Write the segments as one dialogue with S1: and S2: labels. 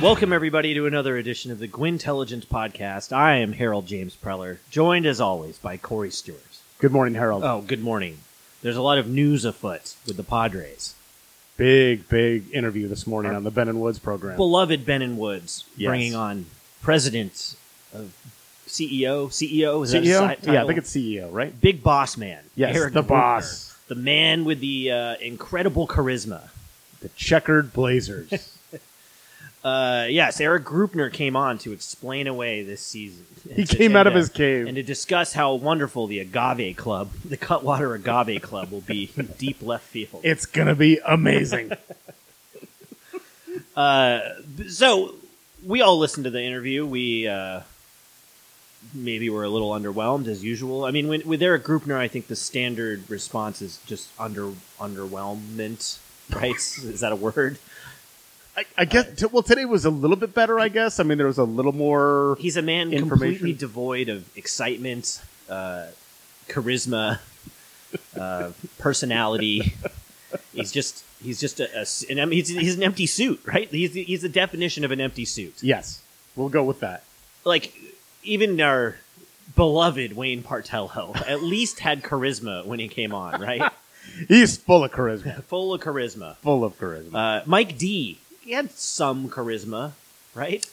S1: Welcome, everybody, to another edition of the Gwintelligence Podcast. I am Harold James Preller, joined as always by Corey Stewart.
S2: Good morning, Harold.
S1: Oh, good morning. There's a lot of news afoot with the Padres.
S2: Big, big interview this morning on the Ben and Woods program.
S1: Beloved Ben and Woods
S2: Yes.
S1: bringing on President of E CEO, CEO, is that his
S2: CEO?
S1: si-
S2: E Yeah, I
S1: title?
S2: think it's CEO, right?
S1: Big Boss Man.
S2: Yes,
S1: Eric
S2: the
S1: Brucker,
S2: boss.
S1: the man with the uh, incredible charisma.
S2: The Checkered Blazers.
S1: Uh, yes, Eric Grupner came on to explain away this season.
S2: He
S1: And to-
S2: came
S1: and,
S2: out of
S1: uh,
S2: his cave.
S1: and to discuss how wonderful the Agave Club, the Cutwater Agave Club, will be in deep left field.
S2: it's gonna be amazing.
S1: Uh, so we all listened to the interview. We uh, maybe were a little underwhelmed as usual. I mean, when, with Eric Grupner, I think the standard response is just under underwhelmment. Right? is that a word?
S2: I, I guess. T- well, today was a little bit better. I guess. I mean, there was a little more.
S1: He's a man
S2: Information.
S1: completely devoid of excitement, uh, charisma, uh, personality. He's just he's just a, a s- an, em- he's, he's an empty suit, right? He's he's the definition of an empty suit.
S2: Yes, we'll go with that.
S1: Like even our beloved Wayne Partello at least had charisma when he came on, right?
S2: He's full of charisma.
S1: Full of charisma.
S2: Full of charisma.
S1: Uh, Mike D, he had some charisma, right?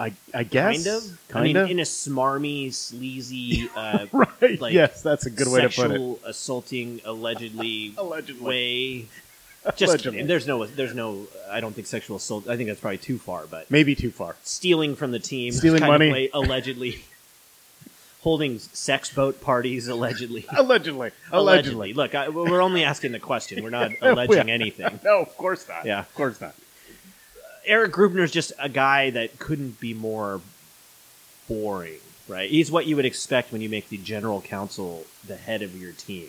S2: I, I guess.
S1: Kind of. I mean,
S2: Kind of.
S1: in a smarmy, sleazy, uh,
S2: right.
S1: like,
S2: yes, that's a good way to put it.
S1: sexual assaulting allegedly
S2: Allegedly.
S1: way. Just
S2: Allegedly.
S1: kidding. there's no there's no I don't think sexual assault. I think that's probably too far, but
S2: Maybe too far.
S1: stealing from the team,
S2: Stealing
S1: kind of
S2: money.
S1: way, allegedly, holding sex boat parties allegedly.
S2: Allegedly.
S1: Allegedly. Look, I, we're only asking the question. We're not alleging anything.
S2: No, of course not.
S1: Yeah.
S2: of course not.
S1: Eric Grubner's just a guy that couldn't be more boring, right? He's what you would expect when you make the general counsel the head of your team.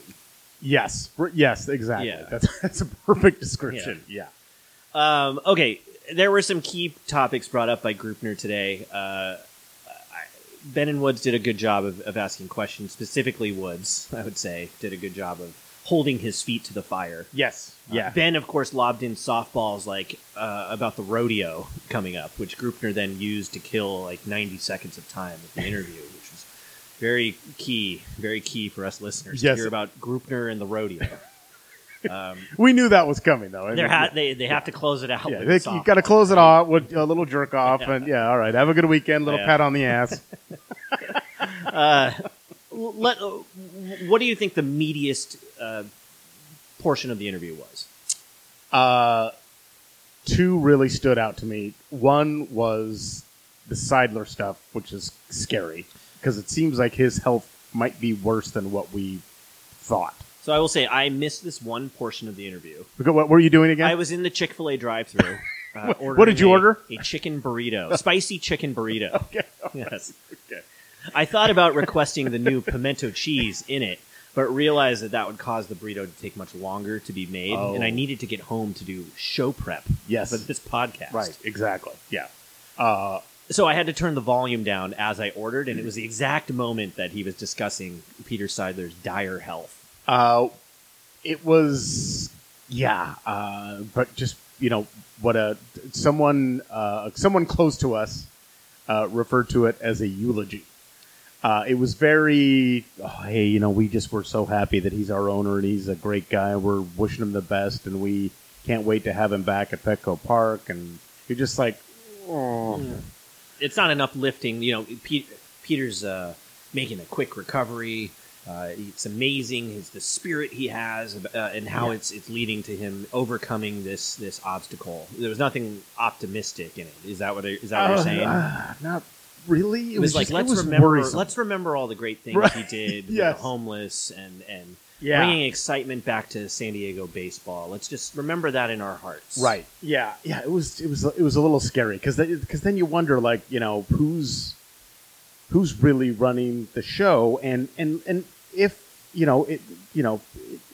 S2: Yes. R- Yes, exactly.
S1: Yeah.
S2: That's, that's a perfect description. Yeah.
S1: Um, okay, there were some key topics brought up by Grupner today. Uh, I, ben and Woods did a good job of, of asking questions. Specifically, Woods, I would say, did a good job of holding his feet to the fire.
S2: Yes. Yeah.
S1: Uh, ben, of course, lobbed in softballs like uh, about the rodeo coming up, which Grupner then used to kill like 90 seconds of time with the interview, which was very key, very key for us listeners
S2: Yes.
S1: to hear about Grupner and the rodeo. um,
S2: we knew that was coming, though. I
S1: they're
S2: mean,
S1: ha- they they have to close it out.
S2: yeah,
S1: with
S2: they-
S1: softball.
S2: you got to close it off with a little jerk off, and yeah, all right. Have a good weekend. Little
S1: Yeah.
S2: pat on the ass.
S1: uh, let, uh, what do you think the meatiest uh, portion of the interview was?
S2: Uh, two really stood out to me. One was the Seidler stuff, which is scary because it seems like his health might be worse than what we thought.
S1: So I will say I missed this one portion of the interview.
S2: What what were you doing again?
S1: I was in the Chick Fil A drive-through. Uh,
S2: What- what did you
S1: ordering
S2: order?
S1: A, a chicken burrito, spicy chicken burrito.
S2: okay.
S1: Yes.
S2: Okay.
S1: I thought about requesting the new pimento cheese in it, but realized that that would cause the burrito to take much longer to be made,
S2: Oh.
S1: and I needed to get home to do show prep
S2: Yes.
S1: for this podcast.
S2: Right. Exactly. Yeah. Uh,
S1: So I had to turn the volume down as I ordered, and it was the exact moment that he was discussing Peter Seidler's dire health.
S2: Uh, it was, yeah, uh, but just you know what a someone uh, someone close to us uh, referred to it as a eulogy. Uh, it was very, oh, hey, you know, we just were so happy that he's our owner and he's a great guy. We're wishing him the best, and we can't wait to have him back at Petco Park. And you're just like, oh,
S1: It's not an uplifting, you know. Pe- Peter's uh, making a quick recovery. Uh, it's amazing his the spirit he has uh, and how
S2: Yeah.
S1: it's it's leading to him overcoming this this obstacle. There was nothing optimistic in it. Is that what I- is that what you're
S2: Uh,
S1: saying?
S2: uh, not really. It,
S1: it was, like
S2: just-
S1: let's
S2: it was
S1: remember
S2: worrisome.
S1: let's remember all the great things
S2: Right.
S1: he did with
S2: Yes.
S1: the homeless and and
S2: Yeah.
S1: bringing excitement back to San Diego baseball. Let's just remember that in our hearts.
S2: Right. Yeah. Yeah. It was. It was. It was a little scary because because then you wonder like you know who's who's really running the show and and and if you know it you know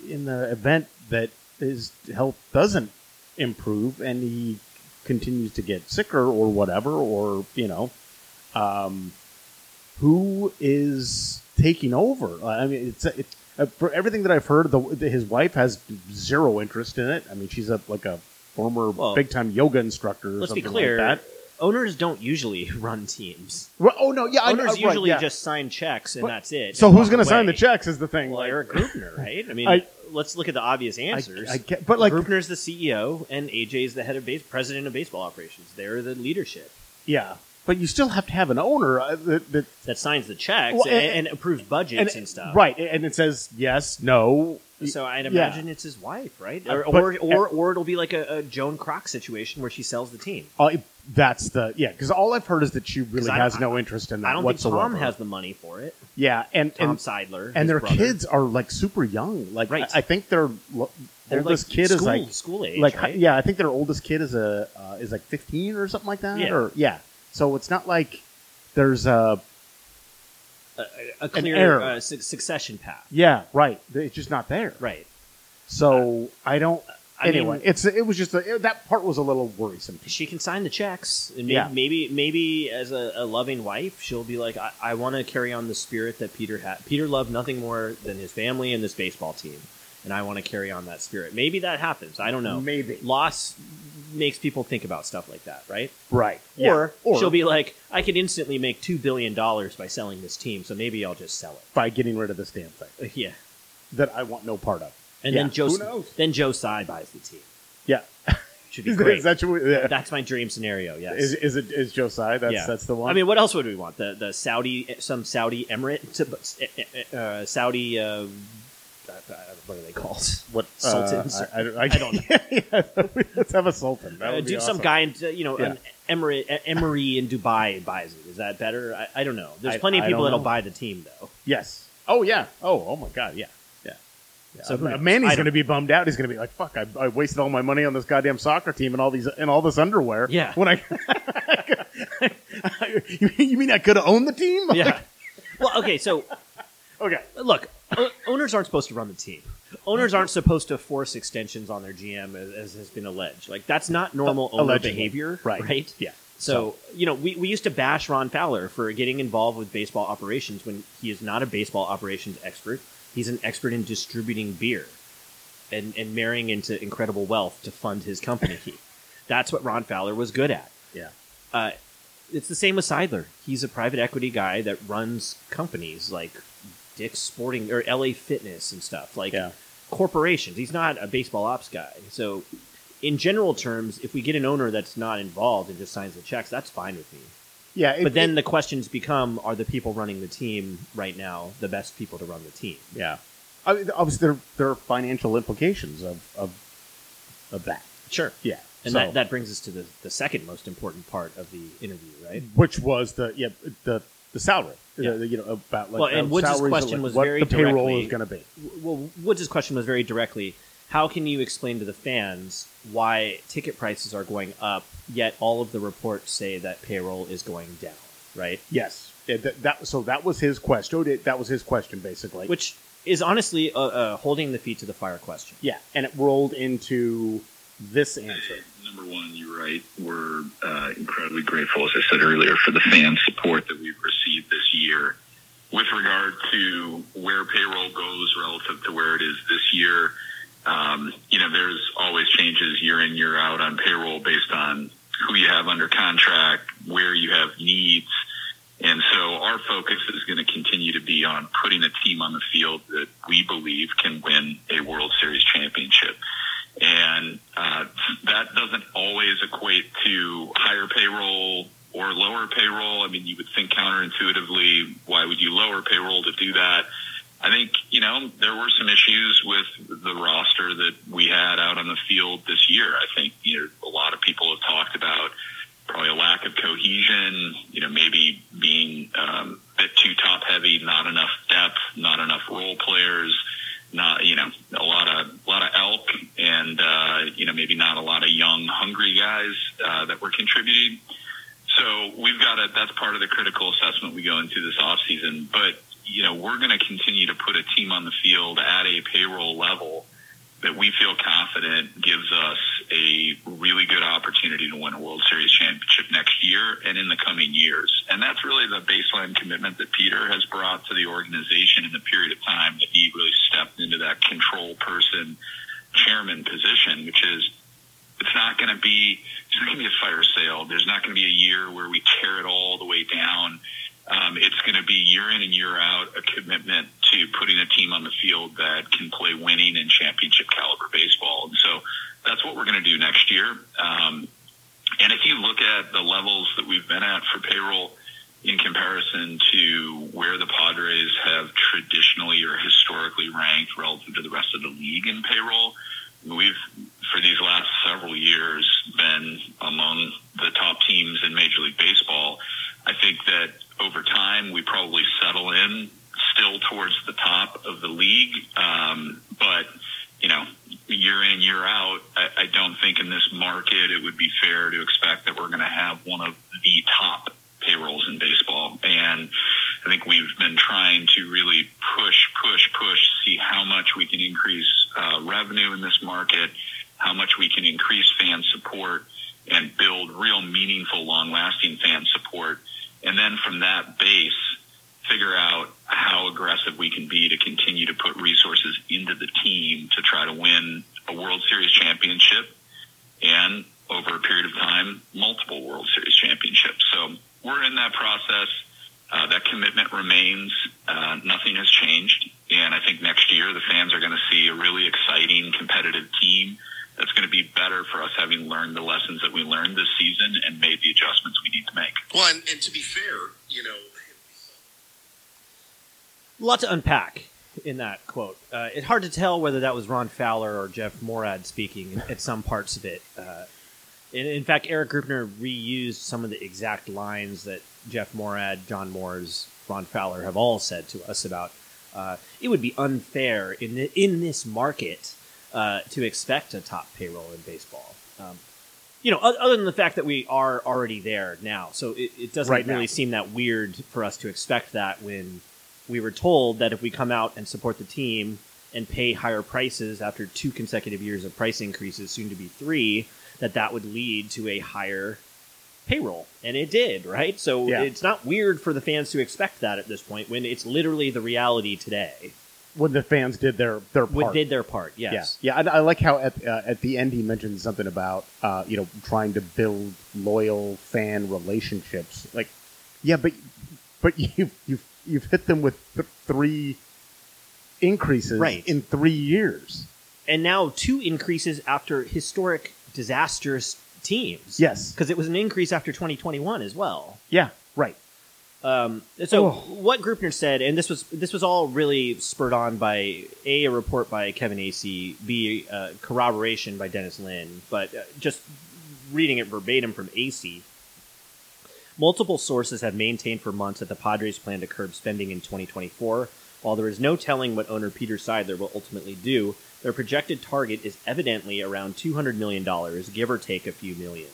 S2: in the event that his health doesn't improve and he continues to get sicker or whatever or you know um, who is taking over? I mean, it's it, uh, for everything that I've heard. The, the, his wife has zero interest in it. I mean, she's a like a former
S1: Well,
S2: big time yoga instructor. Or
S1: Let's be
S2: something
S1: clear.
S2: Like that.
S1: owners don't usually run teams.
S2: Well, oh no, yeah, I know,
S1: Owners
S2: right,
S1: usually
S2: yeah.
S1: just sign checks and
S2: But-
S1: that's it.
S2: So
S1: and
S2: who's
S1: walk
S2: going to sign the
S1: away.
S2: checks is the thing.
S1: Well,
S2: like,
S1: Eric Grubner, right? I mean,
S2: I-
S1: let's look at the obvious
S2: I,
S1: answers.
S2: I get, but like,
S1: Grubner's the CEO, and AJ is the head of base, president of baseball operations. They're the leadership
S2: yeah, but you still have to have an owner uh, that, that
S1: that signs the checks
S2: Well,
S1: and, and
S2: and-
S1: approves budgets and, stuff.
S2: right, and it says yes, no.
S1: So I'd
S2: Yeah.
S1: imagine it's his wife, right? Or
S2: Uh,
S1: or,
S2: but-
S1: or, or it'll be like a, a Joan Croc situation where she sells the team.
S2: I- Uh, that's the yeah, because all I've heard is that she
S1: 'Cause
S2: really
S1: I-
S2: has
S1: I-
S2: no interest in that
S1: I don't
S2: whatsoever.
S1: think Tom has the money for it.
S2: yeah, and
S1: Tom
S2: and
S1: Seidler his
S2: and their
S1: brother.
S2: kids are like super young. Like
S1: Right.
S2: I, I think their lo-
S1: They're
S2: oldest
S1: like
S2: kid
S1: school,
S2: is like
S1: school age,
S2: like hi-
S1: right?
S2: yeah, I think their oldest kid is a uh, is like fifteen or something like that.
S1: Yeah.
S2: Or yeah, so it's not like there's a
S1: a
S2: an
S1: clear
S2: heir.
S1: uh, su- succession path,
S2: yeah right. It's just not there.
S1: right? Uh,
S2: So I don't.
S1: I
S2: anyway,
S1: mean-
S2: it's it was just a, that part was a little worrisome. to me.
S1: She can sign the checks, and maybe
S2: Yeah.
S1: maybe, maybe as a, a loving wife, she'll be like, "I, I want to carry on the spirit that Peter had. Peter loved nothing more than his family and this baseball team, and I want to carry on that spirit." Maybe that happens. I don't know.
S2: Maybe.
S1: loss makes people think about stuff like that, right?
S2: Right.
S1: Or,
S2: yeah. or
S1: she'll be like, "I could instantly make two billion dollars by selling this team, so maybe I'll just sell
S2: by getting rid of this damn thing
S1: it." yeah,
S2: that I want no part of.
S1: and
S2: Yeah.
S1: then Joe
S2: Who knows?
S1: then Joe Tsai buys the team.
S2: Yeah.
S1: Should be
S2: Is,
S1: great.
S2: that your, yeah.
S1: That's my dream scenario. Yes.
S2: is, is it is Josiah? That's
S1: yeah.
S2: that's the one.
S1: I mean, what else would we want? The the Saudi, some Saudi emirate, to- uh, Saudi. Uh, what are they called?
S2: what
S1: Sultans?
S2: Uh, I, I,
S1: I don't know.
S2: yeah, let's have a sultan. That
S1: Uh,
S2: would be
S1: do
S2: awesome.
S1: some guy in uh, you know an emirate, uh, emery in Dubai buys it. Is that better? I, I don't know. There's
S2: I-
S1: plenty of
S2: I
S1: people that'll
S2: don't know.
S1: buy the team though.
S2: Yes. Oh yeah. Oh oh my god. Yeah. Yeah. Yeah.
S1: So
S2: So
S1: who knows? I
S2: Manny's
S1: don't-
S2: going to be bummed out. He's going to be like, "Fuck! I, I wasted all my money on this goddamn soccer team and all these and all this underwear."
S1: Yeah.
S2: When I, you, you mean I could have owned the team?
S1: Yeah. well, okay. So
S2: okay.
S1: look, o- owners aren't supposed to run the team. Owners aren't supposed to force extensions on their GM, as, as has been alleged. Like that's not normal owner
S2: Allegedly.
S1: behavior,
S2: Right.
S1: Right?
S2: Yeah.
S1: So, you know, we, we used to bash Ron Fowler for getting involved with baseball operations when he is not a baseball operations expert. He's an expert in distributing beer and, and marrying into incredible wealth to fund his company. That's what Ron Fowler was good at.
S2: Yeah.
S1: Uh, it's the same with Seidler. He's a private equity guy that runs companies like Dick's Sporting or LA Fitness and stuff. Like,
S2: Yeah.
S1: corporations. He's not a baseball ops guy. So, in general terms, if we get an owner that's not involved and just signs the checks, that's fine with me.
S2: Yeah. it-
S1: but
S2: it-
S1: then the questions become: Are the people running the team right now the best people to run the team?
S2: Yeah. I mean, obviously, there, there are financial implications of of, of that.
S1: Sure.
S2: Yeah.
S1: And
S2: So-
S1: that, that brings us to the, the second most important part of the interview, right?
S2: which was the yeah the the salary.
S1: Yeah.
S2: The- the, you know about like
S1: Well, and
S2: uh,
S1: Woods'
S2: salaries,
S1: question
S2: like,
S1: was
S2: what
S1: very
S2: the payroll
S1: directly-
S2: is going to be.
S1: Well, Woods' question was very directly How can you explain to the fans why ticket prices are going up, yet all of the reports say that payroll is going down, right?
S2: Yes. Yeah, that, that so that was his question. That- That was his question basically.
S1: Which is honestly uh, uh, holding the feet to the fire question.
S2: yeah, and it rolled into this answer.
S3: Number one, you're right. We're uh, incredibly grateful, as I said earlier, for the fan support that we've received this year. With regard to where payroll goes relative to where it is this year, um, you know, there's always changes year in, year out on payroll based on who you have under contract, where you have needs. And so our focus is going to continue to be on putting a team on the field that we believe can win a World Series championship and uh, that doesn't always equate to higher payroll or lower payroll. I mean, you would think counterintuitively, why would you lower payroll to do that? I think you know there were some issues with the roster that we had out on the field this year. I think you know a lot of people have talked about probably a lack of cohesion. You know, maybe being um, a bit too top heavy, not enough depth, not enough role players not you know a lot of a lot of elk and uh, you know maybe not a lot of young hungry guys uh, that were contributing. So we've got to that's part of the critical assessment we go into this off season. But you know we're going to continue to put a team on the field at a payroll level that we feel confident gives us a really good opportunity to win a World Series championship next year and in the coming years. And that's really the baseline commitment that Peter has brought to the organization in the period of time that he really stepped into that control person chairman position, which is It's not going to be it's not going to be a fire sale. There's not going to be a year where we tear it all the way down. Um, it's going to be year in and year out a commitment to putting a team on the field that can play winning and championship caliber baseball. And so that's what we're going to do next year. Um, and if you look at the levels that we've been at for payroll in comparison to where the Padres have traditionally or historically ranked relative to the rest of the league in payroll, we've, for these last several years, been among the top teams in Major League Baseball. I think that over time, we probably settle in still towards the top of the league. Um, but, you know, year in, year out, I, I don't think in this market it would be fair to expect that we're going to have one of the top payrolls in baseball. And I think we've been trying to really push, push, push, see how much we can increase uh, revenue in this market, how much we can increase fan support, and build real meaningful, long lasting fan support. And then from that base, figure out how aggressive we can be to continue to put resources into the team to try to win a World Series championship and over a period of time, multiple World Series championships. So we're in that process. Uh, that commitment remains. Uh, nothing has changed. And I think next year the fans are going to see a really exciting, competitive team that's going to be better for us having learned the lessons that we learned this season and made the adjustments we need to make.
S4: Well, and, and to be fair, you know,
S1: a lot to unpack in that quote. Uh, it's hard to tell whether that was Ron Fowler or Jeff Morad speaking at some parts of it. Uh, in, in fact, Eric Grupner reused some of the exact lines that Jeff Morad, John Moores, Ron Fowler have all said to us about uh, it would be unfair in the, in this market uh, to expect a top payroll in baseball. Um, you know, o- other than the fact that we are already there now, so it, it doesn't
S2: Right now.
S1: really seem that weird for us to expect that when we were told that if we come out and support the team and pay higher prices after two consecutive years of price increases, soon to be three, that that would lead to a higher payroll, and it did, right? So
S2: Yeah.
S1: it's not weird for the fans to expect that at this point when it's literally the reality today.
S2: when the fans did their their
S1: What
S2: part.
S1: did their part? Yes.
S2: Yeah, yeah. I, I like how at uh, at the end he mentioned something about uh, you know trying to build loyal fan relationships. Like, yeah, but but you you've you've hit them with th- three increases
S1: Right.
S2: in three years.
S1: And now two increases after historic disastrous teams.
S2: Yes.
S1: Because it was an increase after 2021 as well.
S2: Yeah. Right.
S1: Um, so
S2: Oh.
S1: what Grupner said, and this was this was all really spurred on by a, a report by Kevin Acey, b uh, corroboration by Dennis Lynn, but uh, just reading it verbatim from Acey. Multiple sources have maintained for months that the Padres plan to curb spending in 2024. While there is no telling what owner Peter Seidler will ultimately do, their projected target is evidently around 200 million dollars, give or take a few million.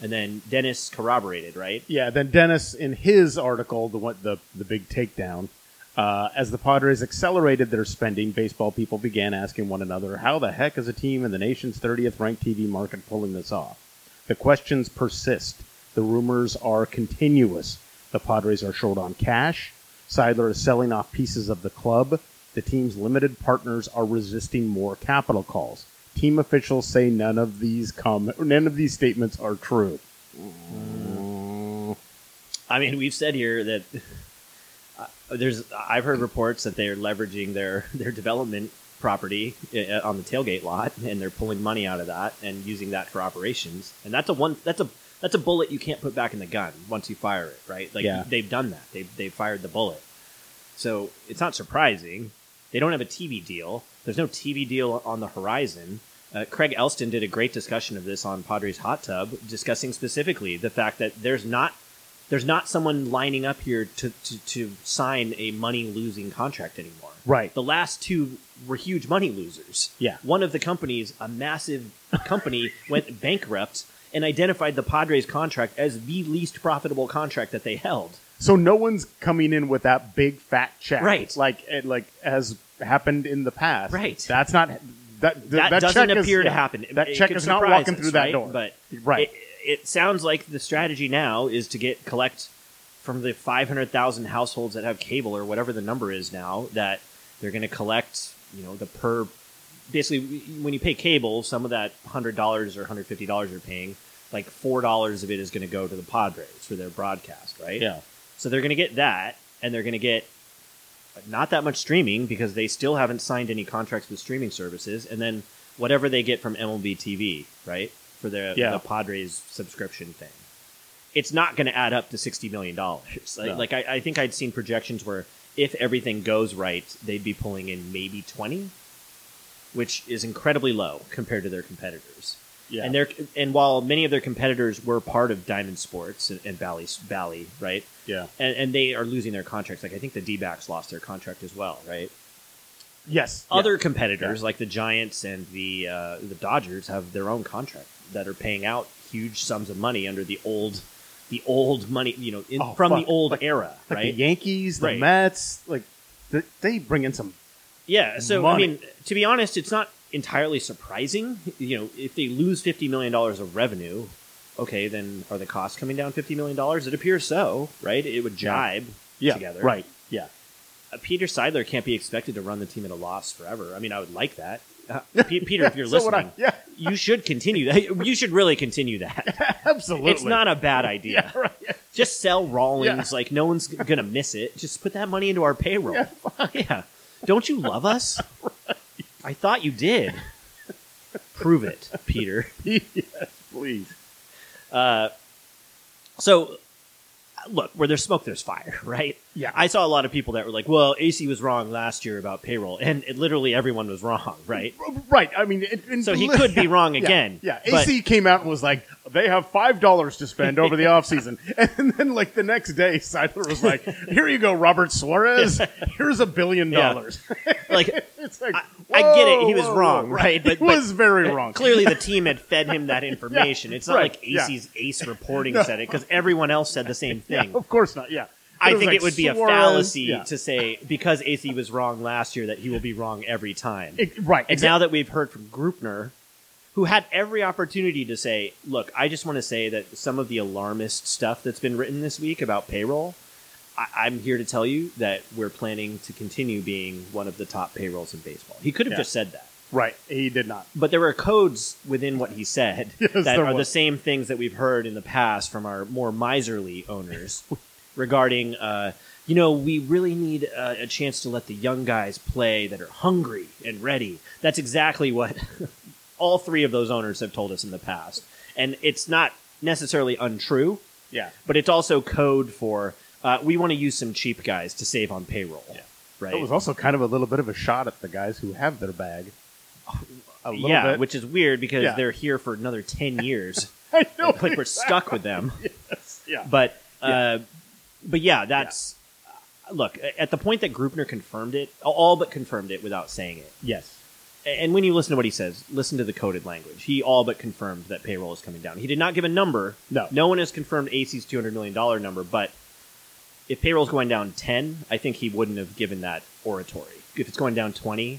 S1: And then Dennis corroborated, right?
S2: Yeah, then Dennis, in his article, the one, the the big takedown, uh, as the Padres accelerated their spending, baseball people began asking one another, "How the heck is a team in the nation's 30th ranked TV market pulling this off?" The questions persist. The rumors are continuous. The Padres are short on cash. Seidler is selling off pieces of the club. The team's limited partners are resisting more capital calls. Team officials say none of these com- none of these statements are true.
S1: I mean, we've said here that uh, there's. I've heard reports that they're leveraging their their development property uh, on the tailgate lot, and they're pulling money out of that and using that for operations. And that's a one. That's a that's a bullet you can't put back in the gun once you fire it, right? Like
S2: Yeah.
S1: they've done that. They they fired the bullet. So it's not surprising. They don't have a TV deal. There's no TV deal on the horizon. Uh, Craig Elston did a great discussion of this on Padres Hot Tub, discussing specifically the fact that there's not there's not someone lining up here to, to, to sign a money losing contract anymore.
S2: Right.
S1: The last two were huge money losers.
S2: Yeah.
S1: One of the companies, a massive company, went bankrupt and identified the Padres contract as the least profitable contract that they held.
S2: So no one's coming in with that big fat check,
S1: Right.
S2: Like it, like has happened in the past,
S1: Right.
S2: That's not that th-
S1: that, doesn't
S2: check is-
S1: appear to
S2: yeah,
S1: happen.
S2: That
S1: It
S2: check
S1: could
S2: is not
S1: surprise
S2: walking
S1: us,
S2: through that
S1: right?
S2: door,
S1: But
S2: right?
S1: it, it sounds like the strategy now is to get collect from the five hundred thousand households that have cable or whatever the number is now that they're going to collect. You know, the per basically when you pay cable, some of that hundred dollars or hundred fifty dollars you're paying, like four dollars of it is going to go to the Padres for their broadcast, right?
S2: Yeah.
S1: So they're going to get that, and they're going to get not that much streaming because they still haven't signed any contracts with streaming services, and then whatever they get from MLB TV, right, for the,
S2: Yeah.
S1: the Padres subscription thing. It's not going to add up to sixty million dollars. Like,
S2: No.
S1: like I, I think I'd seen projections where if everything goes right, they'd be pulling in maybe twenty, which is incredibly low compared to their competitors.
S2: Yeah.
S1: And they're and while many of their competitors were part of Diamond Sports and, and Bally Bally, right?
S2: yeah.
S1: And, and they are losing their contracts. Like I think the D-backs lost their contract as well, right?
S2: Yes. yeah.
S1: Other competitors like the Giants and the uh, the Dodgers have their own contract that are paying out huge sums of money under the old the old money, you know, in,
S2: Oh,
S1: from the
S2: fuck.
S1: old
S2: Like-
S1: era,
S2: Like
S1: right?
S2: the Yankees, the
S1: Right.
S2: Mets, like th- they bring in some.
S1: Yeah, so
S2: money.
S1: I mean, to be honest, it's not entirely surprising. You know, if they lose fifty million dollars of revenue, okay, then are the costs coming down fifty million dollars? It appears so, right? It would
S2: Yeah.
S1: jibe
S2: Yeah.
S1: together,
S2: Right. Yeah.
S1: Uh, Peter Seidler can't be expected to run the team at a loss forever. I mean, I would like that, uh, Pe- Peter. if you're
S2: So would I-
S1: listening,
S2: yeah.
S1: you should continue that. You should really continue that.
S2: Absolutely.
S1: It's not a bad idea.
S2: Yeah, right. Yeah.
S1: Just sell Rawlings. Like no one's gonna miss it. Just put that money into our payroll. Yeah, don't you love us? I thought you did. Prove it, Peter.
S2: yes, please.
S1: Uh, so, look, where there's smoke, there's fire, right?
S2: Yeah.
S1: I saw a lot of people that were like, "Well, AC was wrong last year about payroll," and it, literally everyone was wrong, right?
S2: Right. I mean, it, and-
S1: So he could be wrong
S2: Yeah,
S1: again.
S2: Yeah.
S1: but-
S2: AC came out and was like, they have five dollars to spend over the offseason. and then like the next day, Seidler was like, here you go, Robert Suarez. Here's a billion
S1: Yeah.
S2: dollars.
S1: like,
S2: it's like
S1: I- I get it.
S2: whoa,
S1: He was
S2: whoa,
S1: wrong,
S2: whoa,
S1: right? But-
S2: he
S1: but-
S2: was very wrong.
S1: Clearly, the team had fed him that information. it's not
S2: right,
S1: like
S2: yeah.
S1: AC's ace reporting said it because everyone else said the same
S2: Yeah,
S1: thing.
S2: of course not. Yeah.
S1: I
S2: was
S1: think
S2: like
S1: it would be a
S2: Suarez-
S1: fallacy
S2: yeah.
S1: to say because AC was wrong last year that he will be wrong every time.
S2: It- right.
S1: and now that we've heard from Grupner, who had every opportunity to say, "Look, I just want to say that some of the alarmist stuff that's been written this week about payroll, I- I'm here to tell you that we're planning to continue being one of the top payrolls in baseball." He could have
S2: Yeah.
S1: just said that.
S2: Right. He did not.
S1: But there were codes within what he said
S2: Yes,
S1: that
S2: there
S1: are the
S2: was.
S1: same things that we've heard in the past from our more miserly owners regarding, uh, you know, we really need uh, a chance to let the young guys play that are hungry and ready. That's exactly what all three of those owners have told us in the past. And it's not necessarily untrue,
S2: Yeah.
S1: but it's also code for uh, we want to use some cheap guys to save on payroll. Right.
S2: It was also kind of a little bit of a shot at the guys who have their bag. A little
S1: yeah,
S2: bit.
S1: which is weird because
S2: Yeah.
S1: they're here for another 10 years.
S2: I know.
S1: like we're stuck with them.
S2: yeah.
S1: But uh, but yeah, that's uh, look at the point that Grupner confirmed it, all but confirmed it without saying it.
S2: Yes.
S1: A- And when you listen to what he says, listen to the coded language. He all but confirmed that payroll is coming down. He did not give a number.
S2: No.
S1: no one has confirmed AC's two hundred million dollar number. But if payroll's going down ten, I think he wouldn't have given that oratory. If it's going down twenty,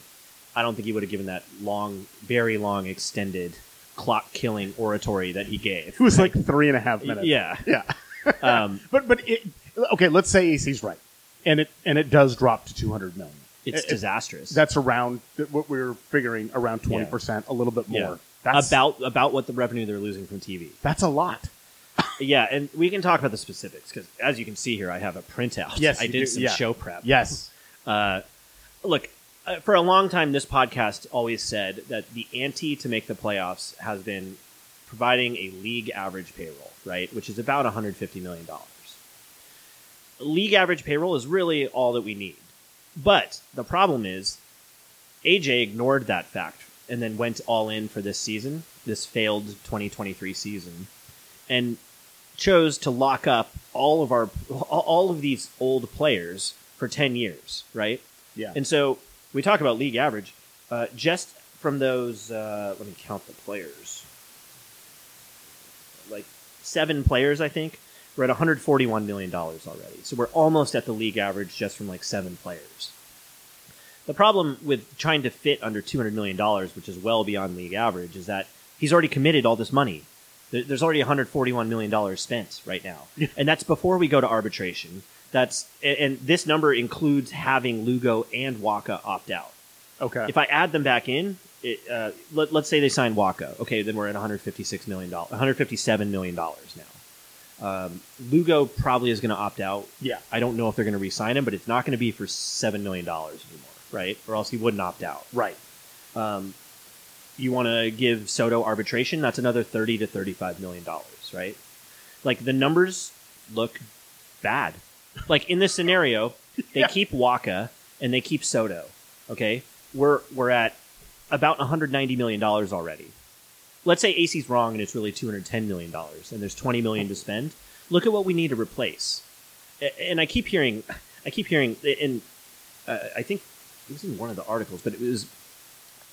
S1: I don't think he would have given that long, very long, extended clock killing oratory that he gave.
S2: It was like three and a half minutes.
S1: Yeah.
S2: Yeah.
S1: Um,
S2: But but it, okay, let's say AC's right, and it and it does drop to two hundred million.
S1: it's
S2: It- it-
S1: disastrous.
S2: That's around th- what we were figuring around twenty percent, a little bit more.
S1: Yeah.
S2: That's
S1: about about what the revenue they're losing from TV.
S2: that's a lot.
S1: Yeah, and we can talk about the specifics because, as you can see here, I have a printout.
S2: Yes,
S1: I
S2: you
S1: did
S2: do,
S1: some
S2: yeah.
S1: show prep.
S2: Yes,
S1: Uh, look, uh, for a long time, this podcast always said that the ante to make the playoffs has been providing a league average payroll, right, which is about 150 million dollars. League average payroll is really all that we need, but the problem is AJ ignored that fact and then went all in for this season, this failed 2023 season, and chose to lock up all of our all of these old players for 10 years, right?
S2: yeah,
S1: And so we talk about league average. Uh, just from those, uh, let me count the players. Like seven players, I think. We're at $141 million already. So we're almost at the league average just from like seven players. The problem with trying to fit under $200 million, which is well beyond league average, is that he's already committed all this money. There- There's already $141 million spent right now. And that's before we go to arbitration. That's and- and this number includes having Lugo and Waka opt out.
S2: okay,
S1: If I add them back in, it, uh, let, let's say they sign Waka. Okay, then we're at 156 million dollars, 157 million dollars now. Um, Lugo probably is going to opt out.
S2: Yeah.
S1: I don't know if they're going to re-sign him, but it's not going to be for seven million dollars anymore, right? Or else he wouldn't opt out.
S2: Right.
S1: Um, you want to give Soto arbitration? That's another thirty to thirty-five million dollars, right? Like the numbers look bad. Like in this scenario, they
S2: Yeah.
S1: keep Waka and they keep Soto. Okay, we're we're at about one hundred ninety million dollars already. Let's say AC's wrong and it's really two hundred ten million dollars, and there's twenty million to spend. Look at what we need to replace. A- And I keep hearing, I keep hearing, and uh, I think it was in one of the articles, but it was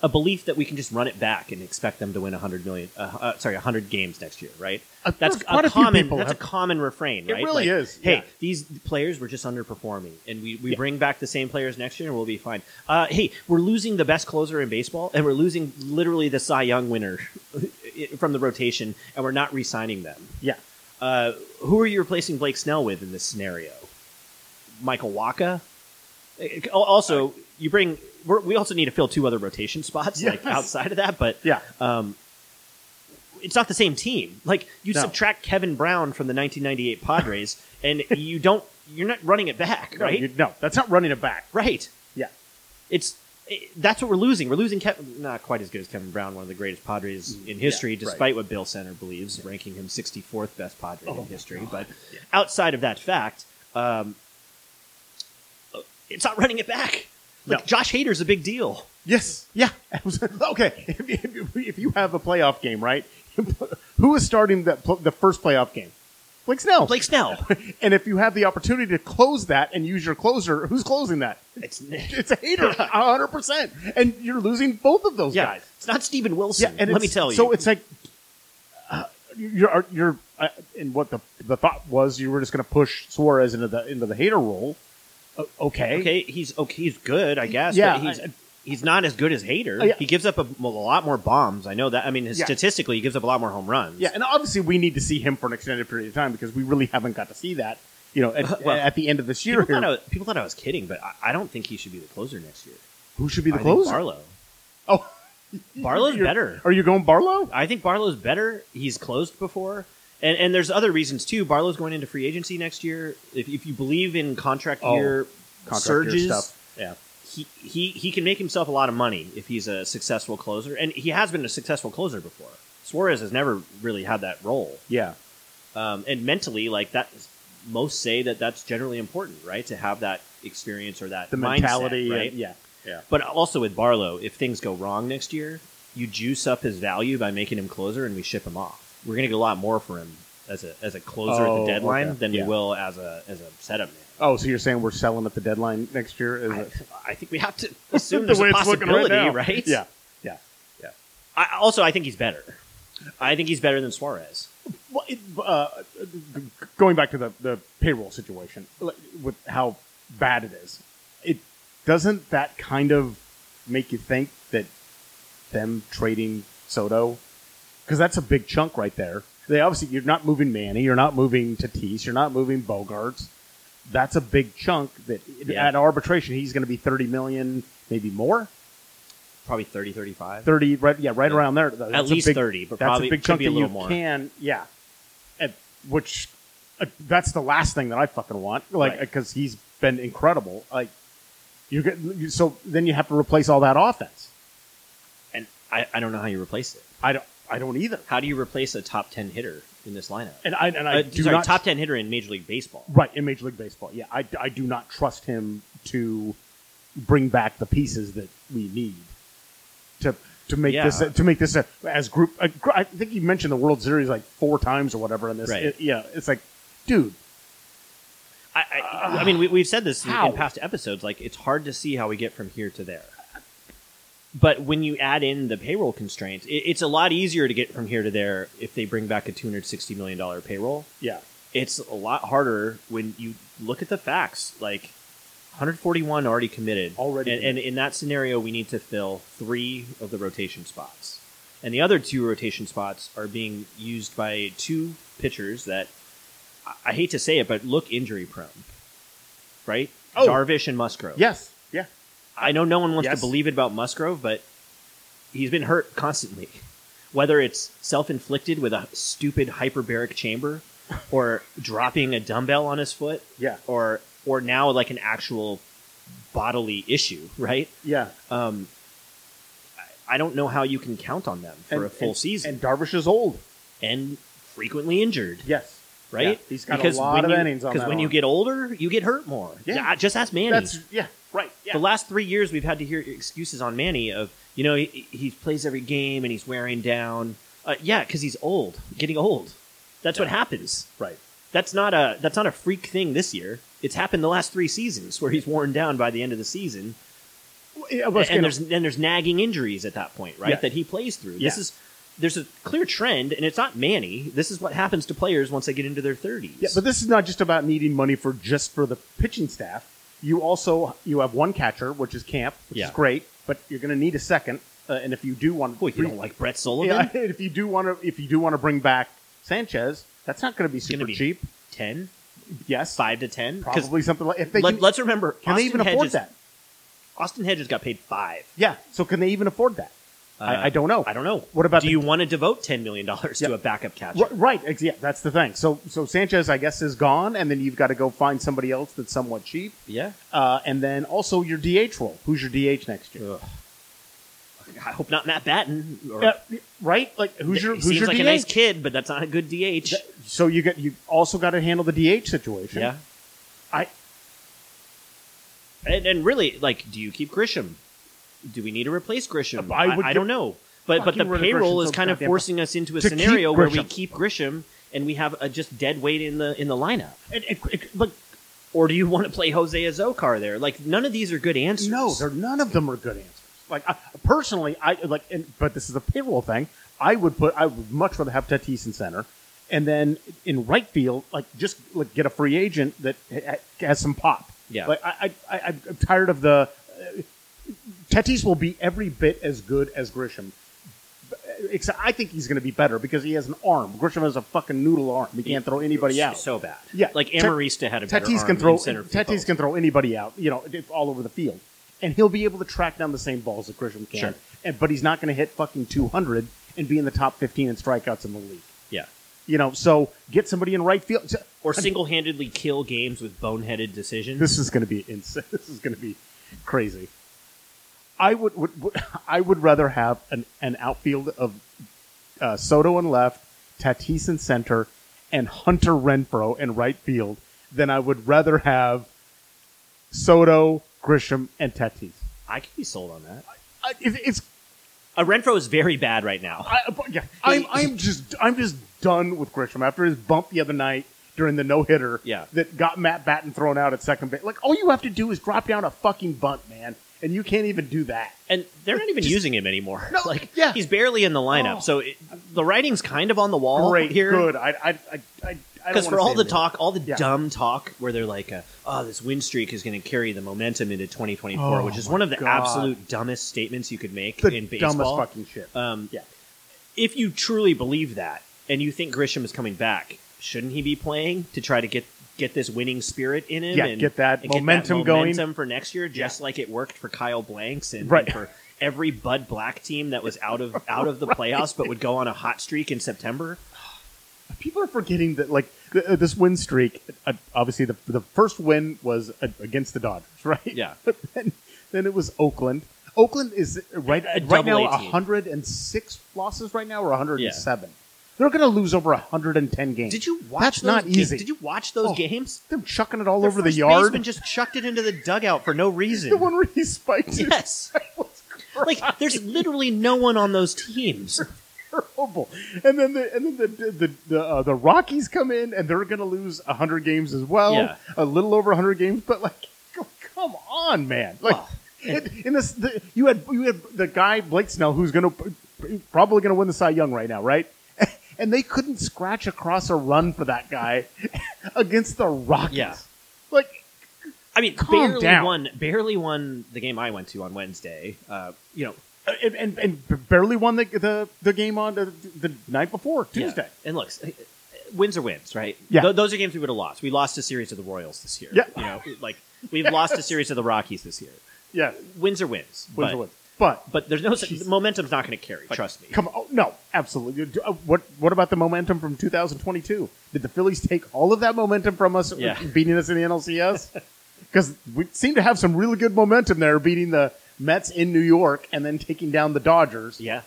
S1: a belief that we can just run it back and expect them to win 100 million uh, uh, sorry 100 games next year right
S2: Uh,
S1: that's
S2: quite
S1: a,
S2: a few
S1: common
S2: people
S1: that's
S2: have-
S1: a common refrain
S2: It
S1: right
S2: really
S1: Like,
S2: is,
S1: hey
S2: yeah.
S1: these players were just underperforming and we, we bring back the same players next year and we'll be fine uh, hey we're losing the best closer in baseball and we're losing literally the cy young winner from the rotation and we're not re-signing them
S2: Yeah.
S1: uh, who are you replacing Blake Snell with in this scenario? Michael Waka. Uh, al- Also, you bring. We're, we also need to fill two other rotation spots, like
S2: Yes.
S1: outside of that. But
S2: Yeah.
S1: um, it's not the same team. Like you
S2: No.
S1: subtract Kevin Brown from the 1998 Padres, and you don't. You're not running it back,
S2: No,
S1: right?
S2: you- no, that's not running it back.
S1: Right.
S2: Yeah.
S1: It's it, that's what we're losing. We're losing Kevin, not quite as good as Kevin Brown, one of the greatest Padres in history,
S2: Mm, right.
S1: despite what Bill Center believes, ranking him 64th best Padre
S2: Oh,
S1: in history.
S2: my
S1: But outside of that fact, um, it's not running it back. Like
S2: No.
S1: Josh Hader's a big deal.
S2: Yes. Yeah. okay. If, you- if you have a playoff game, right? Who is starting the, pl- the first playoff game? Blake Snell.
S1: Blake Snell.
S2: And if you have the opportunity to close that and use your closer, who's closing that?
S1: It's
S2: It's a hater, a hundred percent. And you're losing both of those
S1: yeah,
S2: guys.
S1: it's not Steven Wilson.
S2: and
S1: let me
S2: it's-
S1: tell you.
S2: So it's like uh, you're you're uh, and what the the thought was you were just going to push Suarez into the into the hater role. O- okay.
S1: okay. He's okay. He's good, I guess.
S2: Yeah,
S1: but he's
S2: I-
S1: he's not as good as Hader.
S2: Oh, yeah.
S1: He gives up a, a lot more bombs. I know that. I mean, his,
S2: Yeah.
S1: statistically, he gives up a lot more home runs.
S2: Yeah, and obviously we need to see him for an extended period of time because we really haven't got to see that. You know, at,
S1: Well,
S2: at the end of this year,
S1: People thought, I
S2: here,
S1: was, people thought I was kidding, but I, I don't think he should be the closer next year.
S2: who should be the
S1: I think
S2: closer?
S1: Barlow.
S2: Oh,
S1: Barlow's
S2: You're-
S1: better.
S2: Are you going Barlow?
S1: I think Barlow's better. He's closed before. And, and there's other reasons too. Barlow's going into free agency next year. If, if you believe in contract
S2: Oh,
S1: year
S2: Contract year
S1: surges,
S2: stuff. Yeah.
S1: he, he he can make himself a lot of money if he's a successful closer, and he has been a successful closer before. Suarez has never really had that role,
S2: Yeah.
S1: um, and mentally, like that, most say that that's generally important, right? To have that experience or that
S2: The
S1: mindset,
S2: mentality. and-
S1: right?
S2: yeah. Yeah.
S1: But also with Barlow, if things go wrong next year, you juice up his value by making him closer, and we ship him off. We're going to get a lot more for him as a as a closer at
S2: Oh,
S1: the deadline
S2: okay.
S1: than
S2: Yeah.
S1: we will as a as a setup man.
S2: Oh, so you're saying we're selling at the deadline next year? Is
S1: I,
S2: it?
S1: I think we have to assume
S2: The
S1: there's
S2: way
S1: a
S2: it's looking
S1: possibility,
S2: now.
S1: right?
S2: Yeah. Yeah.
S1: I, also, I think he's better. I think he's better than Suarez.
S2: Well, it, uh, g- going back to the, the payroll situation, like, with how bad it is, it doesn't that kind of make you think that them trading Soto, because that's a big chunk right there. They obviously you're not moving Manny, you're not moving Tatis, you're not moving Bogarts. That's a big chunk that
S1: Yeah.
S2: at arbitration he's going to be thirty million, maybe more,
S1: Probably 30, 35.
S2: thirty, right? Yeah, right
S1: Yeah.
S2: around there. That's
S1: At
S2: a
S1: least
S2: big-
S1: 30, but
S2: that's
S1: probably
S2: a big
S1: could
S2: chunk
S1: be a
S2: that
S1: little
S2: you
S1: more.
S2: can yeah At- which uh, that's the last thing that i fucking want like
S1: Right.
S2: because he's been incredible like you're get- you so then you have to replace all that offense
S1: And I, I don't know how you replace it.
S2: i don't i don't either
S1: How do you replace a top 10 hitter in this lineup?
S2: and i and i
S1: Uh,
S2: do
S1: sorry,
S2: not
S1: top 10 hitter in Major League Baseball.
S2: right in major league baseball yeah I, I do not trust him to bring back the pieces that we need to to make
S1: Yeah.
S2: this a, to make this a, as group a gr- I think you mentioned the world series like four times or whatever in this
S1: Right.
S2: It- yeah it's like dude
S1: I, I, I mean, we, we've said this in,
S2: How?
S1: in past episodes. Like, it's hard to see how we get from here to there. But when you add in the payroll constraints, it, it's a lot easier to get from here to there if they bring back a two hundred sixty million dollar payroll.
S2: yeah
S1: It's a lot harder when you look at the facts. Like, one hundred forty one already committed.
S2: Already
S1: and, and in that scenario, we need to fill three of the rotation spots, and the other two rotation spots are being used by two pitchers that I- I hate to say it, but look injury prone. Right?
S2: Oh.
S1: Darvish and Musgrove.
S2: Yes. Yeah.
S1: I know no one wants
S2: Yes.
S1: to believe it about Musgrove, but he's been hurt constantly, whether it's self inflicted with a stupid hyperbaric chamber, or dropping a dumbbell on his foot,
S2: Yeah,
S1: or or now like an actual bodily issue, right?
S2: yeah.
S1: Um, I- I don't know how you can count on them for
S2: And-
S1: a full
S2: and-
S1: season
S2: And Darvish is old.
S1: and frequently injured
S2: Yes.
S1: right?
S2: Yeah, he's got a lot
S1: when
S2: of
S1: you,
S2: innings on
S1: Because
S2: that
S1: when you
S2: arm.
S1: get older, you get hurt more.
S2: Yeah.
S1: just ask Manny.
S2: That's yeah. Right. Yeah.
S1: The last three years, we've had to hear excuses on Manny of you know he, he plays every game and he's wearing down. Uh, yeah, because he's old, getting old. That's what happens.
S2: right.
S1: That's not a that's not a freak thing this year. It's happened the last three seasons where he's worn down by the end of the season,
S2: Yeah, but, you
S1: and
S2: know,
S1: there's and there's nagging injuries at that point, right?
S2: Yeah.
S1: That he plays through. This
S2: Yeah.
S1: is there's a clear trend, and it's not Manny. This is what happens to players once they get into their thirties.
S2: yeah, but this is not just about needing money for just for the pitching staff. You also you have one catcher, which is Camp, which
S1: Yeah.
S2: is great, but you're going to need a second. Uh, and if you do want,
S1: Boy, you don't like Brett Sullivan?
S2: yeah, if you do want to, if you do want to bring back Sanchez, that's not going to be
S1: gonna
S2: super
S1: be-
S2: cheap.
S1: 10?
S2: Yes,
S1: 5 to 10? Because
S2: probably something like if they
S1: let,
S2: can,
S1: us remember,
S2: can they
S1: Austin
S2: even
S1: Hedges,
S2: afford that?
S1: Austin Hedges got paid 5.
S2: Yeah. So can they even afford that?
S1: Uh,
S2: I, I don't know.
S1: I don't know.
S2: What about
S1: Do
S2: the-
S1: you want to devote $10 million to
S2: Yeah.
S1: a backup catcher?
S2: Ri- Right, ex- yeah, that's the thing. So, so Sanchez, I guess, is gone, and then you've got to go find somebody else that's somewhat cheap,
S1: Yeah.
S2: uh, and then also your DH role. Who's your DH next year?
S1: I hope not Matt Batten. Or,
S2: Uh, right, like who's
S1: He
S2: your who's
S1: seems
S2: your
S1: like
S2: DH?
S1: a nice kid, but that's not a good DH.
S2: Th- So you got you also got to handle the DH situation.
S1: yeah.
S2: I-
S1: And, and really, like, do you keep Grisham? Do we need to replace Grisham?
S2: I would
S1: I,
S2: get-
S1: don't know. But but
S2: Fucking
S1: the
S2: rid of
S1: payroll
S2: Grisham,
S1: is
S2: so
S1: kind of
S2: goddamn-
S1: forcing us into a
S2: To keep
S1: scenario where we
S2: Grisham.
S1: keep Grisham and we have a just dead weight in the in the lineup.
S2: And- and- and- look,
S1: or do you want to play Jose Azokar there? Like none of these are good answers.
S2: no, they're, none of them are good answers. Like I, personally, I like, and, but this is a payroll thing. I would put, I would much rather have Tatis in center, and then in right field, like just like get a free agent that ha- has some pop.
S1: Yeah.
S2: like I, I, I I'm tired of the. Uh, Tatis will be every bit as good as Grisham. Except I think he's going to be better because he has an arm. Grisham has a fucking noodle arm. He can't throw anybody out.
S1: so bad.
S2: Yeah.
S1: like
S2: Tat-
S1: Amarista had a better
S2: Tatis
S1: arm
S2: can throw
S1: in center field.
S2: Tatis can throw anybody out, you know, if- all over the field, and he'll be able to track down the same balls that Grisham can.
S1: Sure.
S2: And, but he's not going to hit fucking two hundred and be in the top fifteen in strikeouts in the league.
S1: yeah,
S2: You know, so get somebody in right field. So-
S1: or
S2: I mean,
S1: single handedly kill games with boneheaded decisions.
S2: This is going to be insane. This is going to be crazy. I would, would, would I would rather have an, an outfield of uh, Soto in left, Tatis in center, and Hunter Renfro in right field than I would rather have Soto, Grisham, and Tatis.
S1: I could be sold on that.
S2: I, it, it's
S1: Uh, Renfro is very bad right now.
S2: I, but yeah, I'm I'm just I'm just done with Grisham after his bump the other night during the no hitter.
S1: Yeah.
S2: that got Matt Batten thrown out at second base. Like all you have to do is drop down a fucking bunt, man, and you can't even do that.
S1: And they're not even
S2: Just-
S1: using him anymore.
S2: No,
S1: like
S2: yeah.
S1: he's barely in the lineup.
S2: Oh.
S1: So it, the writing's kind of on the wall
S2: Great,
S1: here.
S2: good. I I I I
S1: Because for all the talk, all the
S2: Yeah.
S1: dumb talk, where they're like, uh, "Oh, this win streak is going to carry the momentum into 2024,"
S2: Oh
S1: which is
S2: my
S1: one of the
S2: God.
S1: absolute dumbest statements you could make
S2: the
S1: in baseball.
S2: dumbest fucking shit.
S1: Um,
S2: Yeah.
S1: If you truly believe that, and you think Grisham is coming back, shouldn't he be playing to try to get get this winning spirit in him?
S2: Yeah,
S1: and
S2: get that
S1: and
S2: momentum going.
S1: momentum for next year, just like it worked for Kyle Blanks and,
S2: Right.
S1: and for every Bud Black team that was out of out of the playoffs, but would go on a hot streak in September.
S2: People are forgetting that like th- uh, this win streak. Uh, obviously, the the first win was uh, against the Dodgers, right?
S1: Yeah.
S2: But then, then it was Oakland. Oakland is right
S1: A
S2: right
S1: double
S2: now
S1: A team.
S2: 106 losses right now or 107. They're going to lose over 110 games.
S1: Did you watch?
S2: That's
S1: those
S2: not
S1: ga-
S2: easy.
S1: Did you watch those
S2: Oh.
S1: games?
S2: They're chucking it all
S1: Their
S2: over the
S1: first
S2: yard.
S1: Baseman just chucked it into the dugout for no
S2: the
S1: reason.
S2: one where he spiked it.
S1: yes, like there's literally no one on those teams.
S2: Terrible. And then the and then the the the, the, uh, the Rockies come in and they're going to lose 100 games as well.
S1: Yeah.
S2: A little over 100 games, but like c- come on, man. Like
S1: Well,
S2: it, in this the, you had you had the guy Blake Snell who's going to probably going to win the Cy Young right now, right? And they couldn't scratch across a run for that guy against the Rockies.
S1: Yeah.
S2: Like
S1: I mean,
S2: Calm
S1: barely
S2: down.
S1: won. Barely won the game I went to on Wednesday. Uh, you know,
S2: and, and, and barely won the, the the game on the, the night before
S1: yeah.
S2: Tuesday.
S1: And look, s- wins are wins, right?
S2: Yeah.
S1: Th- those are games we would have lost. We lost a series to the Royals this year.
S2: Yeah.
S1: You know, like we've lost a series to the Rockies this year.
S2: Yeah,
S1: Wins are wins.
S2: wins
S1: but-
S2: wins. But
S1: But there's no such, momentum's not going to carry. trust me.
S2: come on, oh, no, absolutely. Do- uh, What what about the momentum from 2022? Did the Phillies take all of that momentum from us, uh,
S1: Yeah.
S2: beating us in the NLCS? Because we seem to have some really good momentum there, beating the Mets in New York and then taking down the Dodgers.
S1: Yeah.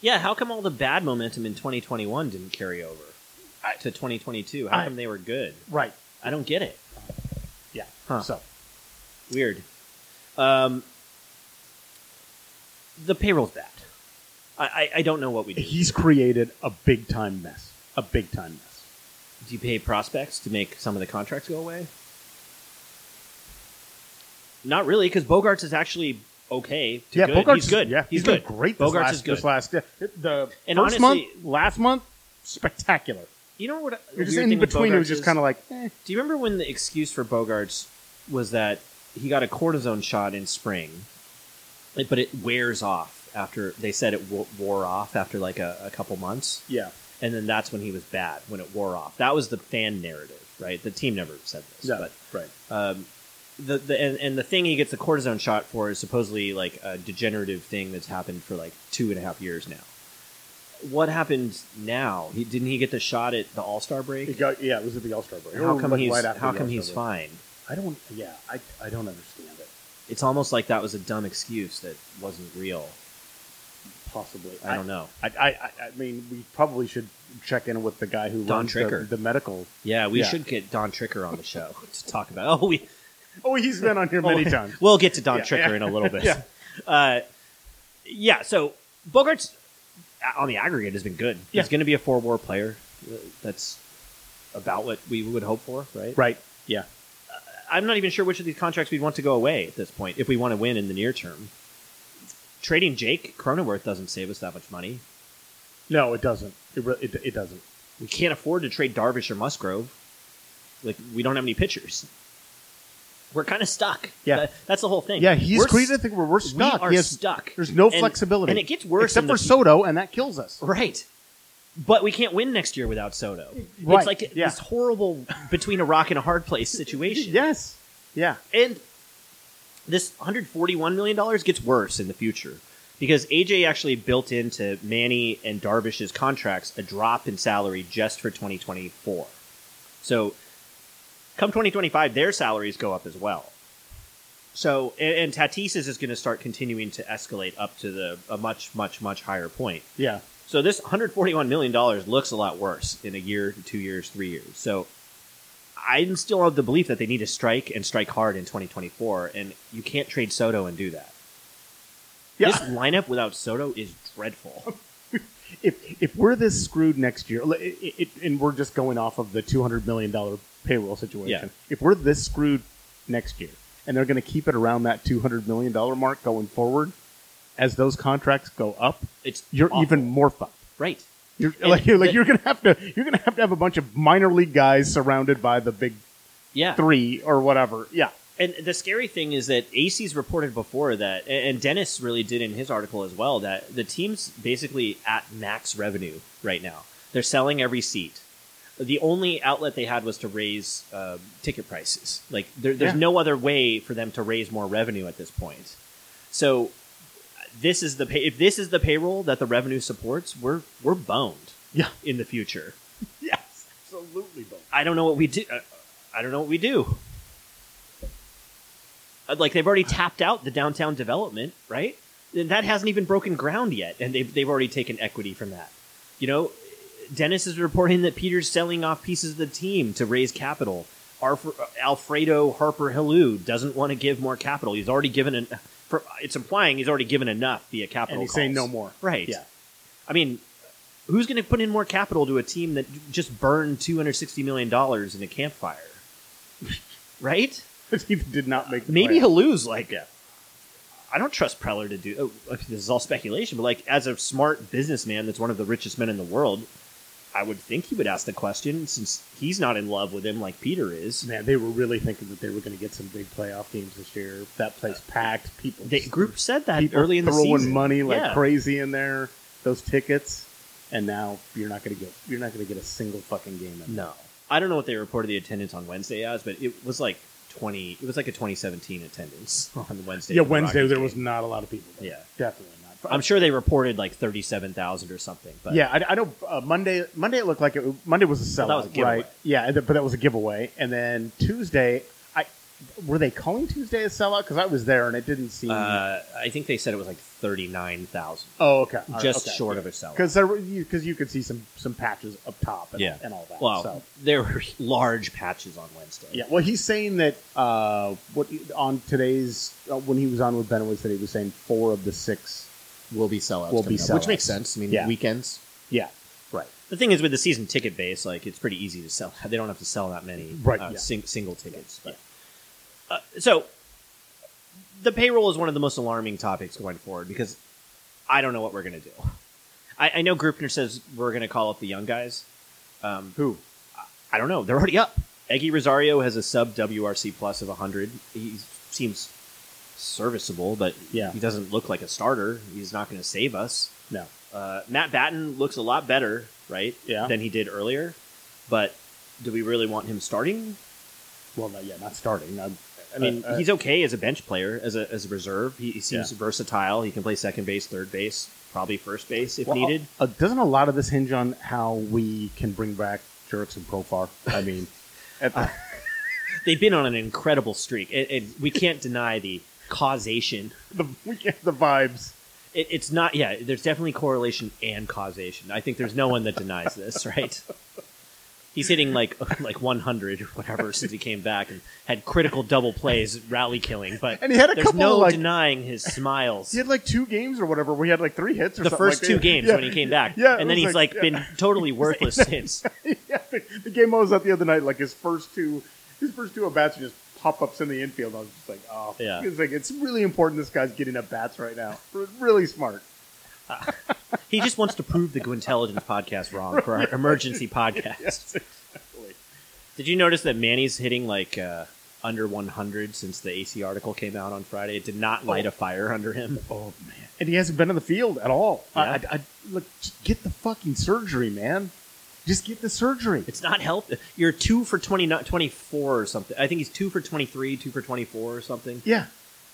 S1: Yeah, how come all the bad momentum in 2021 didn't carry over to 2022? How
S2: I-
S1: come they were good?
S2: Right.
S1: I don't get it.
S2: Yeah.
S1: Huh.
S2: So
S1: Weird. Um, the payroll's bad. I, I, I don't know what we do.
S2: he's created a big time mess. A big time mess.
S1: do you pay prospects to make some of the contracts go away? Not really, because Bogarts is actually okay. To
S2: yeah,
S1: good.
S2: Bogarts
S1: he's good.
S2: Yeah,
S1: he's,
S2: been
S1: good.
S2: Great. This
S1: Bogarts
S2: last,
S1: is good.
S2: This last the
S1: And
S2: first
S1: honestly-
S2: month, last month, spectacular.
S1: You know what? a
S2: You're just
S1: weird
S2: in
S1: thing with
S2: between. It was
S1: Bogarts
S2: just
S1: is?
S2: kind of like, eh.
S1: Do you remember when the excuse for Bogarts was that he got a cortisone shot in spring, it- but it wears off after they said it wo- wore off after like a, a couple months,
S2: yeah,
S1: and then that's when he was bad when it wore off. That was the fan narrative, right? The team never said this,
S2: yeah,
S1: but
S2: right.
S1: um, the, the and, and the thing he gets the cortisone shot for is supposedly like a degenerative thing that's happened for like two and a half years now. What happened now? He didn't he get the shot at the All Star
S2: It
S1: break?
S2: got, yeah, it was at the All Star break.
S1: How
S2: Or,
S1: come
S2: like,
S1: he's
S2: right after
S1: how
S2: the
S1: come
S2: All-Star
S1: he's fine?
S2: break. I don't. Yeah, I, I don't understand it.
S1: It's almost like that was a dumb excuse that wasn't real.
S2: Possibly,
S1: I don't know.
S2: I, I, I, I mean, we probably should check in with the guy who
S1: Don
S2: runs the,
S1: Tricker.
S2: the medical.
S1: Yeah, we
S2: Yeah.
S1: should get Don Tricker on the show to talk about. Oh, we
S2: Oh, he's been on here many times.
S1: We'll get to Don
S2: Yeah,
S1: Tricker
S2: yeah.
S1: in a little bit.
S2: Yeah.
S1: Uh, yeah. So Bogarts uh, on the aggregate has been good.
S2: Yeah.
S1: He's going to be a four WAR player. Uh, That's about what we would hope for, right?
S2: Right. Yeah.
S1: I'm not even sure which of these contracts we'd want to go away at this point if we want to win in the near term. Trading Jake Cronenworth doesn't save us that much money.
S2: No, it doesn't. It re- it, it doesn't.
S1: We can't afford to trade Darvish or Musgrove. Like we don't have any pitchers. We're kind of stuck.
S2: Yeah.
S1: That- that's the whole thing.
S2: Yeah, he's
S1: We're
S2: created a thing where we're stuck.
S1: We are
S2: He has-
S1: stuck.
S2: There's no
S1: And-
S2: flexibility,
S1: and it gets worse
S2: except
S1: in the
S2: for
S1: fu-
S2: Soto, and that kills us.
S1: Right. But we can't win next year without Soto.
S2: Right,
S1: It's like
S2: yeah.
S1: this horrible between a rock and a hard place situation.
S2: Yes. Yeah.
S1: And this $141 million gets worse in the future because AJ actually built into Manny and Darvish's contracts a drop in salary just for 2024. So come 2025, their salaries go up as well. So, and, and Tatis's is going to start continuing to escalate up to the a much, much, much higher point.
S2: Yeah.
S1: So this 141 million dollars looks a lot worse in a year, two years, three years. So I'm still of the belief that they need to strike and strike hard in 2024, and you can't trade Soto and do that.
S2: Yeah.
S1: This lineup without Soto is dreadful.
S2: if if we're this screwed next year, li- it, it, and we're just going off of the two hundred million dollar payroll situation,
S1: Yeah.
S2: if we're this screwed next year, and they're going to keep it around that two hundred million dollar mark going forward, as those contracts go up,
S1: It's
S2: you're
S1: awful.
S2: even more fucked.
S1: right.
S2: You're
S1: And
S2: like, you're, like
S1: the-
S2: you're gonna have to you're gonna have to have a bunch of minor league guys surrounded by the big
S1: Yeah.
S2: three or whatever. Yeah,
S1: And the scary thing is that AC's reported before that, and and Dennis really did in his article as well, that the team's basically at max revenue right now. They're selling every seat. The only outlet they had was to raise uh, ticket prices. Like there, there's
S2: Yeah.
S1: no other way for them to raise more revenue at this point. So this is the pay- if this is the payroll that the revenue supports, we're we're boned
S2: yeah,
S1: in the future.
S2: yes, absolutely. Bo.
S1: I don't know what we do. I- I don't know what we do. Uh, Like they've already tapped out the downtown development, right? And that hasn't even broken ground yet, and they've they've already taken equity from that. You know, Dennis is reporting that Peter's selling off pieces of the team to raise capital. Arf- Alfredo Harper Helou doesn't want to give more capital. He's already given an. For, it's implying he's already given enough via capital.
S2: And he's saying no
S1: calls.
S2: more.
S1: Right.
S2: Yeah,
S1: I mean, who's going to put in more capital to a team that just burned two hundred sixty million dollars in a campfire? right?
S2: he did not make. The
S1: Maybe
S2: plan.
S1: he'll lose. Like, I don't trust Preller to do. Oh, this is all speculation, but like, as a smart businessman, that's one of the richest men in the world. I would think he would ask the question since he's not in love with him like Peter is.
S2: Man, they were really thinking that they were going to get some big playoff games this year. That place packed. People.
S1: The group said that
S2: people
S1: early in the
S2: throwing
S1: season.
S2: money like
S1: Yeah.
S2: crazy in there. Those tickets, and now you're not going to get you're not going to get a single fucking game. In
S1: No, I don't know what they reported the attendance on Wednesday as, but it was like twenty. It was like a twenty seventeen attendance on the Wednesday.
S2: yeah,
S1: of the
S2: Wednesday
S1: Rockies
S2: there
S1: game.
S2: was not a lot of people. there.
S1: Yeah.
S2: definitely not.
S1: I'm sure they reported like thirty seven thousand or something. But
S2: yeah, I, I know uh, Monday. Monday it looked like it, Monday was a
S1: Well,
S2: sellout,
S1: that was a giveaway.
S2: right? Yeah, and th- but that was a giveaway. And then Tuesday, I were they calling Tuesday a sellout because I was there and it didn't seem.
S1: uh, I think they said it was like thirty nine thousand,
S2: oh, okay, All right,
S1: just
S2: okay.
S1: short of a sellout.
S2: because there because you, 'cause you could see some some patches up top and,
S1: Yeah.
S2: and all that.
S1: well,
S2: so.
S1: there were large patches on Wednesday.
S2: Yeah, well, he's saying that uh, what on today's uh, when he was on with Benowitz that he was saying four of the six.
S1: will be sellouts.
S2: Will
S1: coming
S2: be
S1: up, which makes
S2: sellouts.
S1: sense. I mean,
S2: Yeah.
S1: weekends.
S2: Yeah, right.
S1: The thing is, with the season ticket base, like it's pretty easy to sell. They don't have to sell that many
S2: Right,
S1: uh,
S2: yeah.
S1: sing- single tickets. But, uh, so the payroll is one of the most alarming topics going forward because I don't know what we're going to do. I, I know Grupner says we're going to call up the young guys. Um,
S2: Who?
S1: I don't know. They're already up. Eggy Rosario has a sub WRC plus of 100. He seems serviceable, but
S2: Yeah.
S1: he doesn't look like a starter. He's not going to save us.
S2: No.
S1: Uh, Matt Batten looks a lot better, right?
S2: Yeah.
S1: Than he did earlier. But do we really want him starting?
S2: Well, no, yeah, not starting. I,
S1: I mean,
S2: uh,
S1: he's okay as a bench player, as a, as a reserve. He, he seems versatile. He can play second base, third base, probably first base if
S2: well,
S1: needed.
S2: Uh, doesn't a lot of this hinge on how we can bring back Jerks and Profar? I mean, at the,
S1: They've been on an incredible streak, and, and we can't deny the causation
S2: the we get the vibes.
S1: It, it's not. Yeah, there's definitely correlation and causation. I think there's no one that denies this, right? He's hitting like like 100 or whatever since he came back and had critical double plays, rally killing. But
S2: And he had a
S1: there's
S2: couple
S1: no
S2: of, like-
S1: denying his smiles.
S2: He had like two games or whatever. We had like three hits or
S1: the
S2: something
S1: first
S2: like
S1: two
S2: that.
S1: games
S2: Yeah.
S1: when he came back,
S2: Yeah, it
S1: and then
S2: was
S1: he's
S2: like-
S1: like been totally worthless since.
S2: yeah, the, the game I was at the other night, like his first two, his first two at bats were just pop ups in the infield. I was just like, oh,
S1: Yeah.
S2: It's like it's really important. This guy's getting at bats right now. R- Really smart.
S1: He just wants to prove the Intelligence podcast wrong for our emergency podcast.
S2: Yes, exactly.
S1: Did you notice that Manny's hitting like uh, under 100 since the AC article came out on Friday? It did not light a fire under him.
S2: Oh man, and he hasn't been on the field at all. I-
S1: Yeah.
S2: I, I, look, just get the fucking surgery, man. Just get the surgery.
S1: It's not help. You're two for 20, 24 or something. I think he's two for 23, two for 24 or something.
S2: yeah,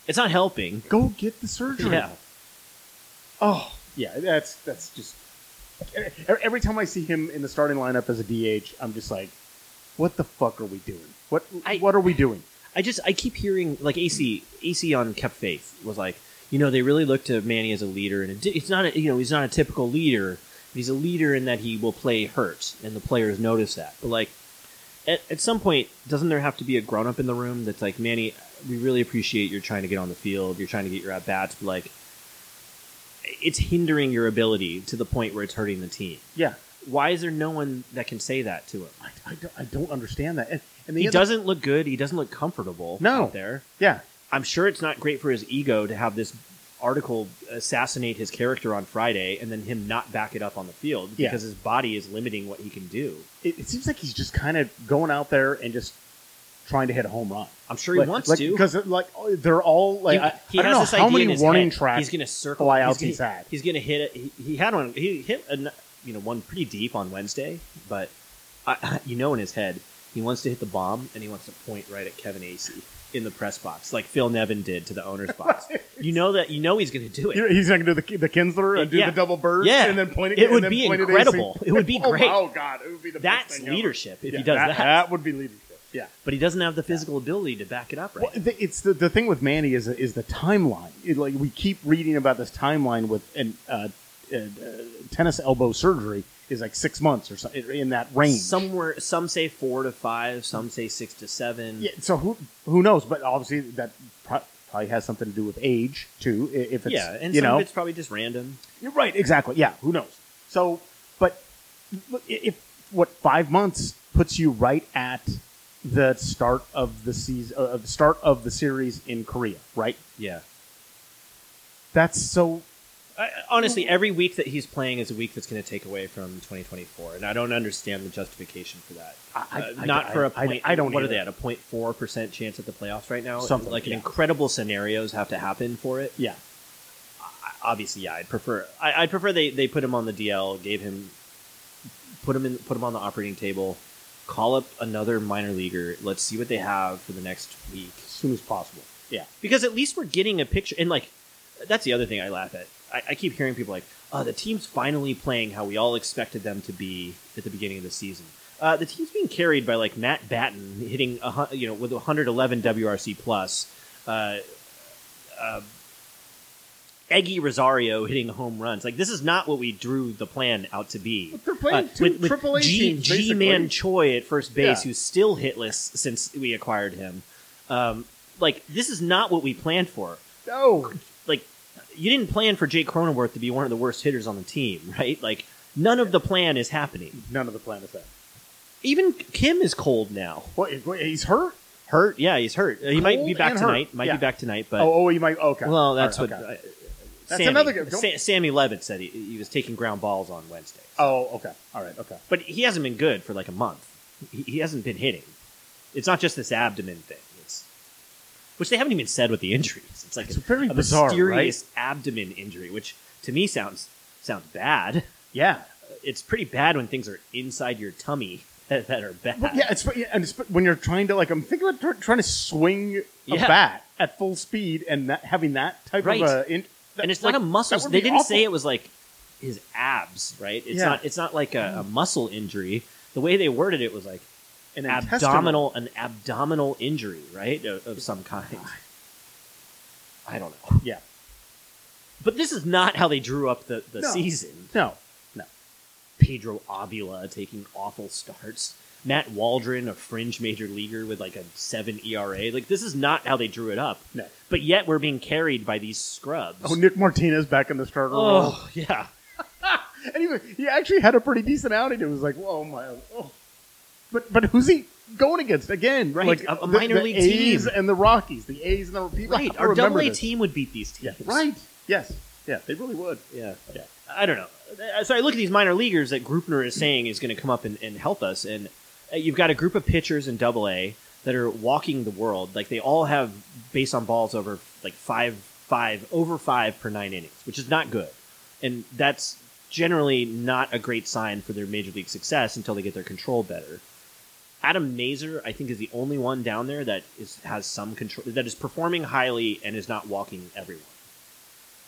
S1: It's not helping.
S2: go get the surgery.
S1: Yeah.
S2: Oh yeah, that's that's just. e- Every time I see him in the starting lineup as a DH, I'm just like, what the fuck are we doing? What
S1: I-
S2: what are we doing?
S1: I just, I keep hearing, like, AC, AC on Kept Faith was like, you know, they really look to Manny as a leader, and it, di- it's not, a, you know, he's not a typical leader. He's a leader in that he will play hurt, and the players notice that. But, like, at, at some point, doesn't there have to be a grown up in the room that's like, Manny, we really appreciate you're trying to get on the field, you're trying to get your at bats, but, like, it's hindering your ability to the point where it's hurting the team.
S2: Yeah,
S1: why is there no one that can say that to him?
S2: I, I don't, I don't understand that. And, and the
S1: He
S2: other-
S1: doesn't look good. He doesn't look comfortable.
S2: No.
S1: out there.
S2: Yeah,
S1: I'm sure it's not great for his ego to have this article assassinate his character on Friday and then him not back it up on the field
S2: Yeah.
S1: because his body is limiting what he can do.
S2: it, it seems like he's just kind of going out there and just trying to hit a home run.
S1: I'm sure he
S2: Like-
S1: wants
S2: like,
S1: to.
S2: because like oh, they're all like
S1: he,
S2: I,
S1: he
S2: I don't
S1: has
S2: know
S1: this
S2: how
S1: idea in
S2: many
S1: his
S2: warning
S1: head.
S2: tracks.
S1: He's going to circle
S2: fly
S1: he's
S2: outs
S1: gonna-
S2: he's had.
S1: He's going to hit it. He, he had one. He hit a, you know one pretty deep on Wednesday, but I, you know in his head he wants to hit the bomb and he wants to point right at Kevin Acey in the press box, like Phil Nevin did to the owner's box. You know that. You know he's going to do
S2: You
S1: it.
S2: know, he's not going to do the, the Kinsler and do
S1: Yeah.
S2: the double bird
S1: Yeah.
S2: and then point
S1: It
S2: again. and
S1: would
S2: then
S1: be
S2: point at
S1: incredible.
S2: AC.
S1: It would be
S2: oh,
S1: great.
S2: Oh god, it would be the best
S1: That's
S2: thing ever.
S1: leadership if
S2: Yeah,
S1: he does that,
S2: That would be leadership. Yeah.
S1: But he doesn't have the physical ability to back it up. Right.
S2: Well, the, it's the, the thing with Manny is is the timeline. It, like we keep reading about this timeline with an uh, uh, uh, tennis elbow surgery is like six months or something in that range.
S1: Somewhere, some say four to five, some say six to seven.
S2: yeah, so who who knows? But obviously that pro- probably has something to do with age too. i- If it's
S1: yeah, and
S2: you
S1: some
S2: know
S1: of it's probably just random.
S2: You're right. Exactly. Yeah. Who knows? So, but look, i- if what five months puts you right at the start of the season, uh, the start of the series in Korea, right?
S1: Yeah.
S2: That's so.
S1: I, honestly, every week that he's playing is a week that's going to take away from 2024, and I don't understand the justification for that.
S2: I, I-
S1: Uh,
S2: I-
S1: not for a
S2: I-
S1: point.
S2: I, I don't.
S1: What are they
S2: either.
S1: at? A 04 percent chance at the playoffs right now.
S2: Something,
S1: like
S2: yeah.
S1: incredible scenarios have to happen for it.
S2: Yeah.
S1: I- Obviously, yeah, I'd prefer. I, I'd prefer they, they put him on the DL, gave him, put him in, put him on the operating table, call up another minor leaguer. Let's see what they have for the next week.
S2: as soon as possible. Yeah,
S1: Because at least we're getting a picture. And, like, that's the other thing I laugh at. I, I keep hearing people like, oh, the team's finally playing how we all expected them to be at the beginning of the season. Uh, the team's being carried by, like, Matt Batten hitting, a, hun- you know, with 111 WRC plus. Uh, uh, Eggy Rosario hitting home runs. Like, this is not what we drew the plan out to be.
S2: they're playing
S1: Uh,
S2: two triple A
S1: G,
S2: teams, basically.
S1: Man Choi at first base,
S2: Yeah.
S1: who's still hitless since we acquired him. Um, like this is not what we planned for. Oh.
S2: no,
S1: Like you didn't plan for Jake Cronenworth to be one of the worst hitters on the team, right? Like none of the plan is happening.
S2: none of the plan is that.
S1: Even Kim is cold now.
S2: What, what, he's hurt.
S1: Hurt? Yeah, he's hurt. Uh, He might be
S2: Cold
S1: back
S2: and hurt.
S1: tonight. Might
S2: Yeah.
S1: be back tonight. But
S2: Oh, oh, you might. Okay.
S1: well, that's
S2: All right,
S1: what.
S2: okay.
S1: uh,
S2: That's
S1: Sammy,
S2: another good- don't-
S1: Sa- Sammy Levitt said he, he was taking ground balls on Wednesday.
S2: Oh, okay. All right. Okay.
S1: but he hasn't been good for like a month. He, he hasn't been hitting. It's not just this abdomen thing. It's which they haven't even said what the injury is. It's like
S2: It's
S1: a,
S2: very
S1: a
S2: bizarre,
S1: mysterious abdomen injury, which to me sounds sounds bad.
S2: Yeah.
S1: It's pretty bad when things are inside your tummy that, that are bad.
S2: But yeah, it's yeah, and it's when you're trying to like I'm thinking about tr- trying to swing a
S1: Yeah.
S2: bat at full speed and that, having that type
S1: Right.
S2: of a in, that-
S1: and it's
S2: like,
S1: not a muscle.
S2: that would
S1: They
S2: be
S1: didn't say it
S2: awful.
S1: was like his abs, right? It's
S2: Yeah. Mm.
S1: not. It's not like a, a muscle injury. The way they worded it was like
S2: an intestinal-
S1: abdominal an abdominal injury, right, of, of some kind. I don't know,
S2: Yeah.
S1: but this is not how they drew up the the
S2: No.
S1: season.
S2: No.
S1: Pedro Avila taking awful starts. Matt Waldron, a fringe major leaguer with like a seven ERA. Like this is not how they drew it up.
S2: No.
S1: But yet we're being carried by these scrubs.
S2: Oh, Nick Martinez back in the starter role.
S1: Oh, yeah.
S2: And he, was- he actually had a pretty decent outing. It was like, oh my, oh. But but who's he going against again?
S1: Right,
S2: like,
S1: a- a
S2: the-
S1: minor
S2: the
S1: league
S2: A's
S1: team.
S2: and the Rockies, the A's and the people.
S1: Right.
S2: I
S1: Our double
S2: remember
S1: A
S2: this.
S1: team would beat these
S2: Yeah,
S1: teams.
S2: right. Yes. Yeah, they really would.
S1: Yeah.
S2: Yeah.
S1: I don't know. Uh, So I look at these minor leaguers that Grupner is saying is going to come up and, and help us, and uh, you've got a group of pitchers in Double A that are walking the world. Like they all have base on balls over like five, five over five per nine innings, which is not good, and that's generally not a great sign for their major league success until they get their control better. Adam Mazer, I think, is the only one down there that is has some control that is performing highly and is not walking everyone.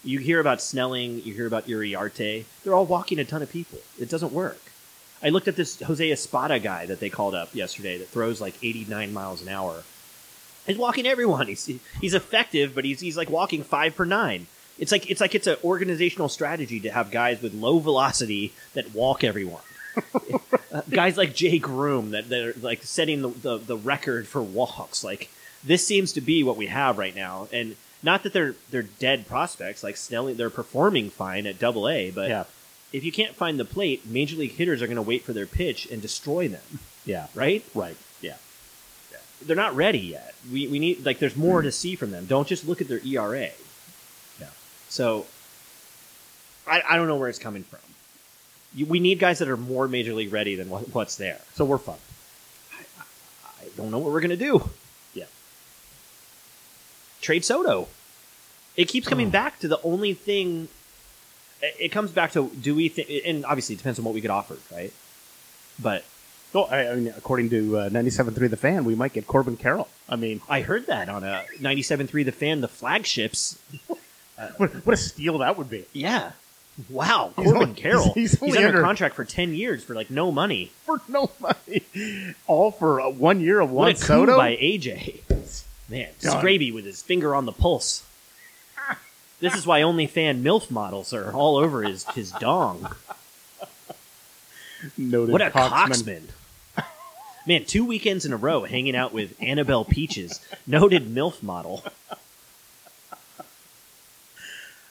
S1: You hear about Snelling, you hear about Uriarte. They're all walking a ton of people. It doesn't work. I looked at this Jose Espada guy that they called up yesterday that throws like 89 miles an hour. He's walking everyone. He's he's effective, but he's he's like walking five per nine. It's like it's like it's an organizational strategy to have guys with low velocity that walk everyone. Uh, guys like Jake Room that, that are like setting the, the, the record for walks. Like this seems to be what we have right now, and not that they're they're dead prospects. Like Snelling, they're performing fine at Double A, but
S2: Yeah.
S1: if you can't find the plate, major league hitters are going to wait for their pitch and destroy them.
S2: Yeah.
S1: Right?
S2: Right. Yeah.
S1: They're not ready yet. We we need like there's more to see from them. Don't just look at their ERA.
S2: Mm. Yeah.
S1: So I I don't know where it's coming from. You, we need guys that are more major league ready than what, what's there.
S2: So we're fucked.
S1: I don't know what we're gonna do.
S2: Yeah.
S1: Trade Soto. It keeps coming
S2: Hmm.
S1: back to the only thing. It it comes back to do we think, and obviously it depends on what we get offered, right? But
S2: Well, I, I mean, according to uh, 97.3 The Fan, we might get Corbin Carroll. I mean,
S1: I heard that on a 97.3 The Fan, the flagships. Uh,
S2: what, what a steal that would be.
S1: Yeah. Wow,
S2: He's
S1: Corbin
S2: only-
S1: Carroll.
S2: he's- he's only
S1: under,
S2: under-
S1: contract for 10 years for like no money.
S2: For no money. All for uh, one year of
S1: What
S2: one
S1: a coup
S2: Soto?
S1: by AJ. Man,
S2: Done.
S1: Scraby with his finger on the pulse. This is why OnlyFan MILF models are all over his, his dong.
S2: Noted
S1: What a
S2: cocksman.
S1: coxman. Man, two weekends in a row hanging out with Annabelle Peaches, noted MILF model.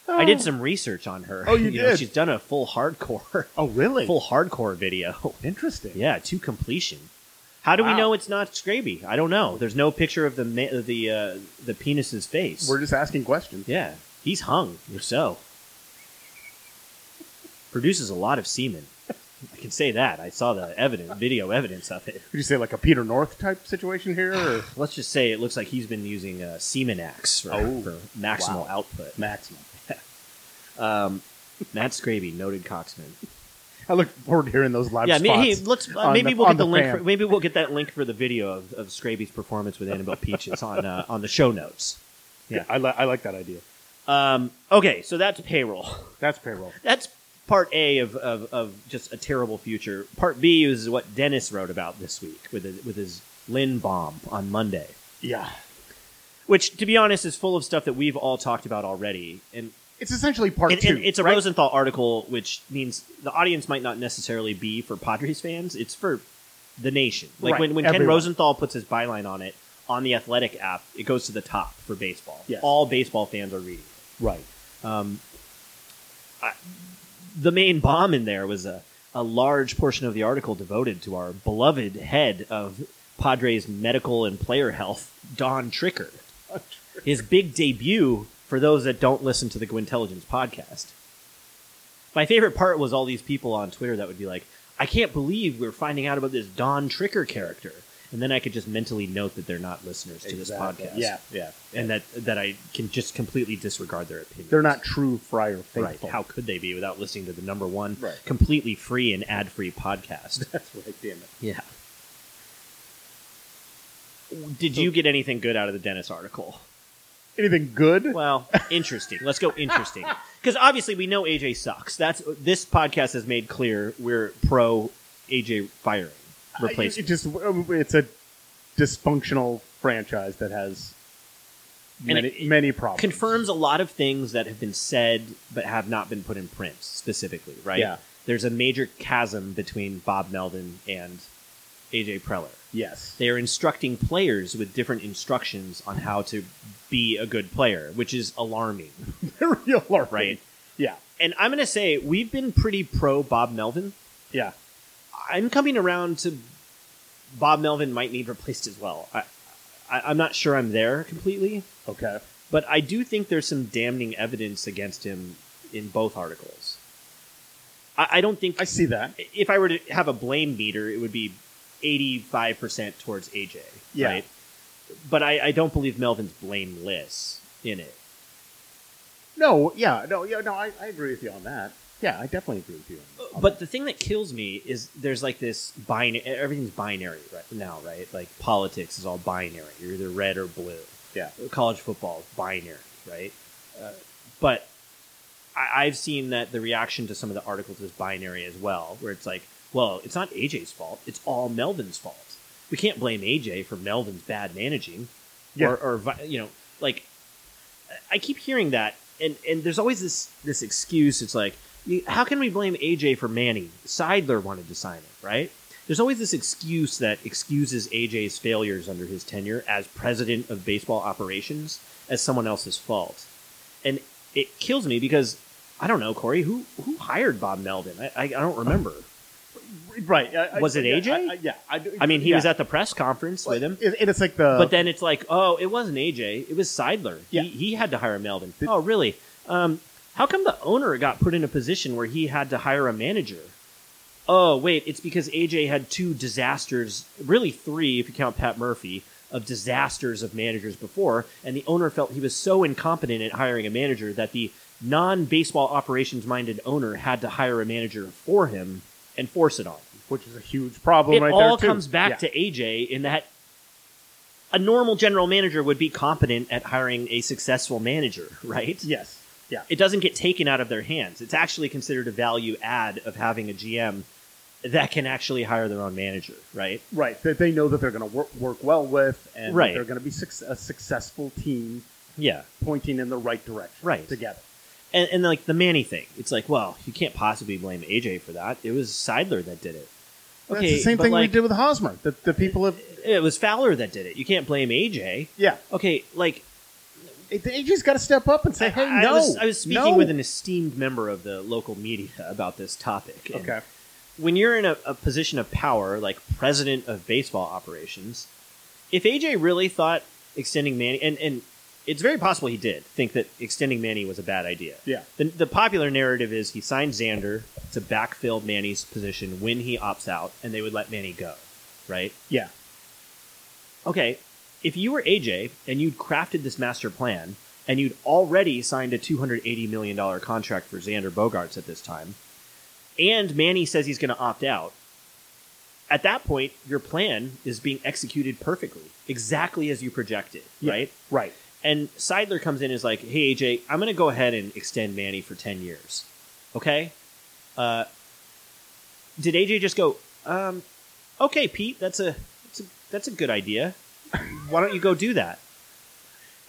S1: I did some research on her.
S2: Oh, you
S1: Know,
S2: did?
S1: she's done a full hardcore,
S2: Oh, really?
S1: full hardcore video.
S2: Interesting.
S1: Yeah, to completion. How do we
S2: Wow.
S1: know it's not Scraby? I don't know. There's no picture of the ma- of the uh, the penis's face.
S2: We're just asking questions.
S1: yeah, he's hung. If so, produces a lot of semen. I can say that. I saw the evidence, video evidence of it.
S2: Could you say like a Peter North type situation here? Or
S1: Let's just say it looks like he's been using uh, Semenax for,
S2: Oh,
S1: for maximal
S2: wow.
S1: output.
S2: maximum.
S1: Um, Matt Scraby, noted coxman.
S2: I look forward to hearing those live
S1: yeah,
S2: spots.
S1: maybe hey, let's uh,
S2: on
S1: maybe
S2: the-
S1: we'll
S2: on
S1: get the,
S2: the
S1: link.
S2: fan.
S1: For, maybe we'll get that link for the video of, of Scraby's performance with Annabelle Peaches on uh, on the show notes.
S2: yeah, I, li- I like that idea.
S1: Um, okay, so that's payroll.
S2: That's payroll.
S1: That's part A of, of, of just a terrible future. Part B is what Dennis wrote about this week with his, with his Lynn bomb on Monday,
S2: Yeah,
S1: which, to be honest, is full of stuff that we've all talked about already. And
S2: it's essentially part
S1: and,
S2: two.
S1: and it's a
S2: right?
S1: Rosenthal article, which means the audience might not necessarily be for Padres fans. It's for the nation. Like
S2: Right,
S1: when, when Ken
S2: everyone.
S1: Rosenthal puts his byline on it on the Athletic app, it goes to the top for baseball.
S2: Yes.
S1: All baseball fans are reading. it.
S2: right.
S1: Um, I, the main bomb in there was a, a large portion of the article devoted to our beloved head of Padres medical and player health, Don Tricker. His big debut for those that don't listen to the Gwintelligence podcast. My favorite part was all these people on Twitter that would be like, I can't believe we're finding out about this Don Tricker character. And then I could just mentally note that they're not listeners to
S2: Exactly.
S1: this podcast.
S2: Yeah, yeah.
S1: And that, that I can just completely disregard their opinion.
S2: They're not true Friar faithful.
S1: Right. How could they be without listening to the number one
S2: Right.
S1: completely free and ad free podcast?
S2: That's right. Damn it.
S1: yeah. Did you get anything good out of the Dennis article?
S2: Anything good?
S1: Well, interesting. Let's go interesting. Because obviously we know AJ sucks. That's this podcast has made clear we're pro AJ firing
S2: It, it
S1: replacement.
S2: just uh, it's a dysfunctional franchise that has
S1: And
S2: many,
S1: it-
S2: many problems.
S1: Confirms a lot of things that have been said but have not been put in print specifically, right?
S2: Yeah.
S1: There's a major chasm between Bob Melvin and AJ Preller.
S2: Yes.
S1: they are instructing players with different instructions on how to be a good player, which is alarming,
S2: They're real alarming.
S1: right?
S2: Yeah.
S1: And I'm going to say we've been pretty pro Bob Melvin.
S2: Yeah.
S1: I'm coming around to Bob Melvin might need replaced as well. I, I, I'm not sure I'm there completely,
S2: Okay.
S1: but I do think there's some damning evidence against him in both articles. I, I don't think
S2: I see that.
S1: if I were to have a blame meter, it would be 85% towards AJ.
S2: Yeah.
S1: Right? But I, I don't believe Melvin's blameless in it.
S2: No. Yeah. No. Yeah. No. I, I agree with you on that. Yeah. I definitely agree with you. On on
S1: But the thing that kills me is there's like this binary, everything's binary right now, right? Like politics is all binary. You're either red or blue.
S2: Yeah.
S1: College football, binary, right? Uh, but I, I've seen that the reaction to some of the articles is binary as well, where it's like, well, it's not AJ's fault. It's all Melvin's fault. We can't blame AJ for Melvin's bad managing,
S2: Yeah.
S1: or, or vi- you know, like I keep hearing that, and and there's always this this excuse. It's like, you- how can we blame AJ for Manning? Seidler wanted to sign it, right? There's always this excuse that excuses AJ's failures under his tenure as president of baseball operations as someone else's fault, and it kills me because I don't know Corey who who hired Bob Melvin. I I, I don't remember.
S2: that. right. I, I-
S1: Was it
S2: yeah,
S1: AJ?
S2: I, I, yeah. I, do-
S1: I mean, he
S2: yeah.
S1: was at the press conference with him.
S2: It- and it's like the
S1: But then it's like, oh, it wasn't AJ. It was Seidler.
S2: Yeah.
S1: He, he had to hire Melvin.
S2: Did-
S1: oh, really? Um, how come the owner got put in a position where he had to hire a manager? Oh, wait, it's because AJ had two disasters, really three, if you count Pat Murphy, of disasters of managers before, and the owner felt he was so incompetent at hiring a manager that the non baseball operations minded owner had to hire a manager for him and force it on him
S2: which is a huge problem.
S1: it
S2: right
S1: all
S2: there, too.
S1: comes back
S2: Yeah.
S1: to AJ in that a normal general manager would be competent at hiring a successful manager, right?
S2: yes. Yeah.
S1: It doesn't get taken out of their hands. It's actually considered a value add of having a GM that can actually hire their own manager, right?
S2: Right. That they know that they're going to work, work well with, and that
S1: Right.
S2: they're going to be suc- a successful team
S1: Yeah.
S2: pointing in the right direction.
S1: Right.
S2: Together.
S1: And, and like the Manny thing, it's like, well, you can't possibly blame AJ for that. It was Seidler that did it.
S2: That's
S1: Okay,
S2: the same
S1: but,
S2: thing
S1: like,
S2: we did with Hosmer. That the people have.
S1: It was Fowler that did it. You can't blame AJ.
S2: Yeah.
S1: Okay, like
S2: It- The AJ's got to step up and say, "Hey,
S1: I, I
S2: no."
S1: was, I was speaking
S2: no.
S1: with an esteemed member of the local media about this topic. and
S2: Okay.
S1: when you're in a, a position of power, like president of baseball operations, if AJ really thought extending Manny, and, and it's very possible he did think that extending Manny was a bad idea.
S2: Yeah.
S1: The, the popular narrative is he signed Xander to backfill Manny's position when he opts out, and they would let Manny go, right?
S2: Yeah.
S1: okay, if you were AJ and you'd crafted this master plan and you'd already signed a $280 million contract for Xander Bogarts at this time, and Manny says he's going to opt out, at that point, your plan is being executed perfectly, exactly as you projected,
S2: Yeah.
S1: right?
S2: Right.
S1: And Seidler comes in and is like, hey, AJ, I'm going to go ahead and extend Manny for 10 years. Okay? Uh, did AJ just go, um, okay, Pete, that's a, that's a, that's a good idea. Why don't you go do that?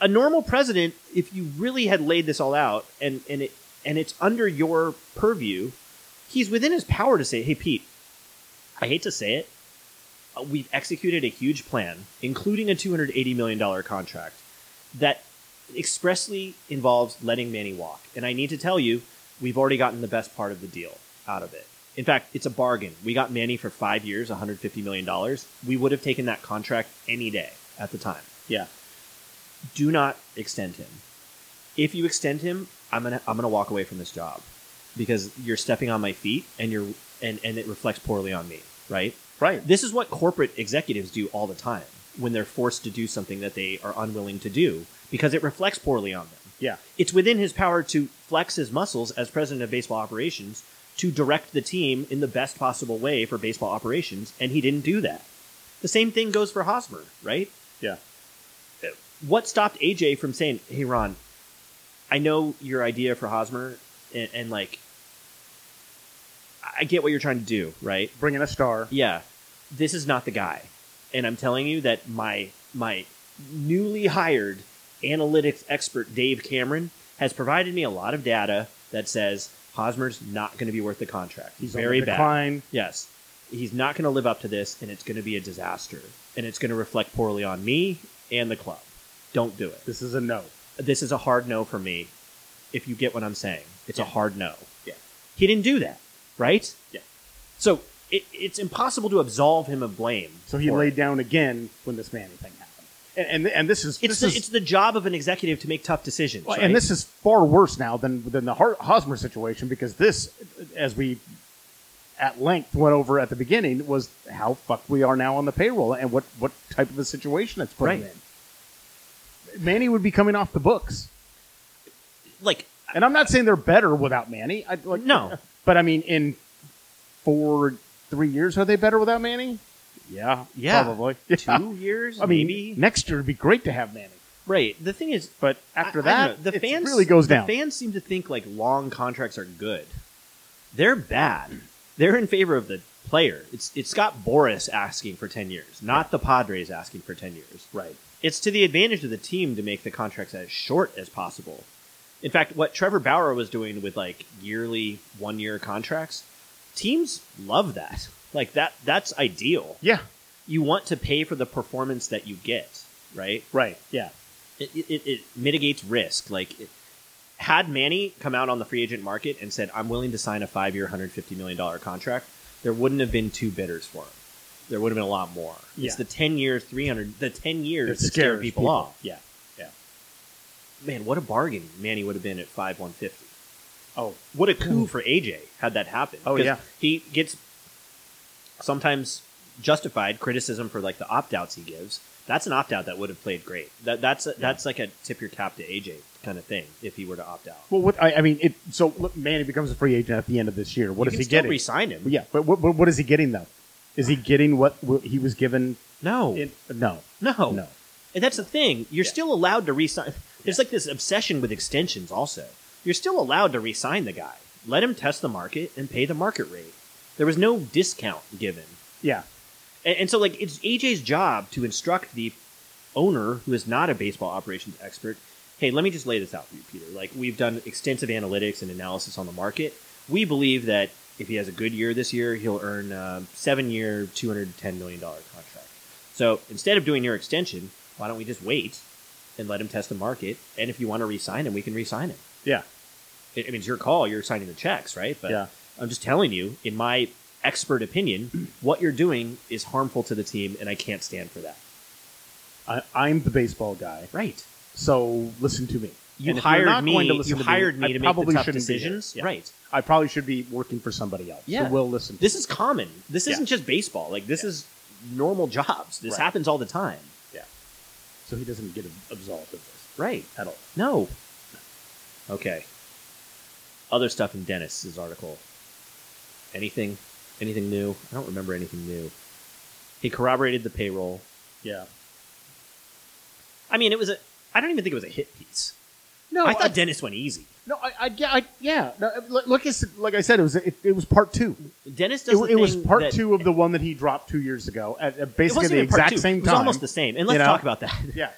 S1: A normal president, if you really had laid this all out and, and, it, and it's under your purview, he's within his power to say, hey, Pete, I hate to say it, uh, we've executed a huge plan, including a $280 million contract that expressly involves letting Manny walk. And I need to tell you, we've already gotten the best part of the deal out of it. In fact, it's a bargain. We got Manny for five years, $150 million. We would have taken that contract any day at the time.
S2: Yeah.
S1: Do not extend him. If you extend him, I'm gonna I'm gonna walk away from this job because you're stepping on my feet and you're and, and it reflects poorly on me, right?
S2: Right.
S1: This is what corporate executives do all the time when they're forced to do something that they are unwilling to do because it reflects poorly on them.
S2: Yeah.
S1: It's within his power to flex his muscles as president of baseball operations to direct the team in the best possible way for baseball operations, and he didn't do that. The same thing goes for Hosmer, right?
S2: Yeah.
S1: What stopped AJ from saying, "Hey, Ron, I know your idea for Hosmer, and, and like, I get what you're trying to do, right?
S2: Bring in a star.
S1: yeah, this is not the guy. And I'm telling you that my my newly hired analytics expert Dave Cameron has provided me a lot of data that says Hosmer's not going to be worth the contract. He's
S2: He's on
S1: very
S2: the
S1: bad.
S2: decline.
S1: Yes. He's not going to live up to this and it's going to be a disaster and it's going to reflect poorly on me and the club. Don't do it.
S2: This is a no.
S1: This is a hard no for me. If you get what I'm saying, it's a
S2: Yeah.
S1: hard no.
S2: Yeah.
S1: He didn't do that, right?
S2: Yeah.
S1: So it, it's impossible to absolve him of blame.
S2: So he
S1: for it.
S2: laid down again when this Manny thing happened. And and, and this is
S1: It's
S2: this
S1: the,
S2: is
S1: it's the job of an executive to make tough decisions.
S2: Well,
S1: right?
S2: and this is far worse now than than the Har- Hosmer situation because this, as we at length went over at the beginning, was how fucked we are now on the payroll and what what type of a situation it's putting
S1: Right.
S2: in. Manny would be coming off the books,
S1: like
S2: and I'm not saying they're better without Manny. I, like,
S1: No.
S2: but I mean, in four three years, are they better without Manny? Yeah,
S1: Yeah.
S2: probably.
S1: two years,
S2: Uh, I mean,
S1: maybe.
S2: next year would be great to have Manny,
S1: right. The thing is,
S2: but after
S1: I- I
S2: that,
S1: don't know. the
S2: it
S1: fans
S2: really goes
S1: the
S2: down.
S1: Fans seem to think like long contracts are good. They're bad. They're in favor of the player. It's it's Scott Boris asking for ten years, not the Padres asking for ten years.
S2: right.
S1: It's to the advantage of the team to make the contracts as short as possible. In fact, what Trevor Bauer was doing with like yearly one year contracts, teams love that. Like that that's ideal.
S2: Yeah,
S1: You want to pay for the performance that you get, right?
S2: right. Yeah.
S1: It, it- it, it mitigates risk. Like, it, had Manny come out on the free agent market and said, "I'm willing to sign a five year, hundred fifty million dollar contract," there wouldn't have been two bidders for him. There would have been a lot more.
S2: Yeah.
S1: It's the ten years, three hundred, the ten years
S2: That
S1: that scare
S2: scares
S1: people,
S2: people.
S1: off.
S2: Yeah, yeah.
S1: Man, what a bargain Manny would have been at five one fifty.
S2: Oh,
S1: What a coup for AJ had that happen.
S2: Oh,
S1: 'Cause
S2: yeah.
S1: he gets sometimes justified criticism for like the opt outs he gives. That's an opt out that would have played great. That that's that's like a tip your cap to AJ kind of thing if he were to opt out.
S2: Well, what I, I mean, it so look, Manny becomes a free agent at the end of this year. What
S1: you
S2: is
S1: can
S2: he
S1: still
S2: getting?
S1: Resign him?
S2: yeah, but what, what, what is he getting though? Is he getting what, what he was given?
S1: No,
S2: In, no,
S1: no,
S2: no.
S1: And that's the thing. You're
S2: Yeah.
S1: still allowed to resign. There's like this obsession with extensions. Also, you're still allowed to resign the guy. Let him test the market and pay the market rate. There was no discount given.
S2: Yeah,
S1: And, and so, like, it's AJ's job to instruct the owner, who is not a baseball operations expert, hey, let me just lay this out for you, Peter. Like, we've done extensive analytics and analysis on the market. We believe that if he has a good year this year, he'll earn um, a seven year, $210 million contract. So instead of doing your extension, why don't we just wait and let him test the market? And if you want to re sign him, we can re sign him.
S2: yeah,
S1: It, I mean, it's your call. You're signing the checks, right? But
S2: yeah.
S1: I'm just telling you, in my expert opinion, what you're doing is harmful to the team, and I can't stand for that.
S2: I, I'm the baseball guy,
S1: Right.
S2: so listen to me.
S1: You
S2: And if you're
S1: hired
S2: not
S1: me.
S2: going to
S1: you
S2: listen to
S1: hired me
S2: I
S1: to make the
S2: probably
S1: tough
S2: shouldn't be here.
S1: decisions.
S2: Yeah.
S1: Right.
S2: I probably should be working for somebody else.
S1: Yeah.
S2: so we'll listen.
S1: This is common. This
S2: Yeah.
S1: isn't just baseball. Like this is normal jobs. This
S2: Right.
S1: happens all the time.
S2: so he doesn't get absolved of this
S1: Right.
S2: at all.
S1: No. Okay. Other stuff in Dennis's article. anything, anything new. I don't remember anything new. He corroborated the payroll.
S2: Yeah.
S1: I mean, it was a. I don't even think it was a hit piece.
S2: No,
S1: I thought Dennis went easy.
S2: no, I, I yeah, I, yeah. No, like, like I said- like I said, it was it, it was part two.
S1: Dennis
S2: It,
S1: does. the
S2: it was
S1: thing
S2: part
S1: that-
S2: two of the one that he dropped two years ago at, at
S1: It
S2: basically
S1: wasn't
S2: the
S1: even part
S2: exact
S1: two.
S2: same
S1: It
S2: time.
S1: was almost the same. And let's
S2: you know?
S1: talk about that.
S2: yeah,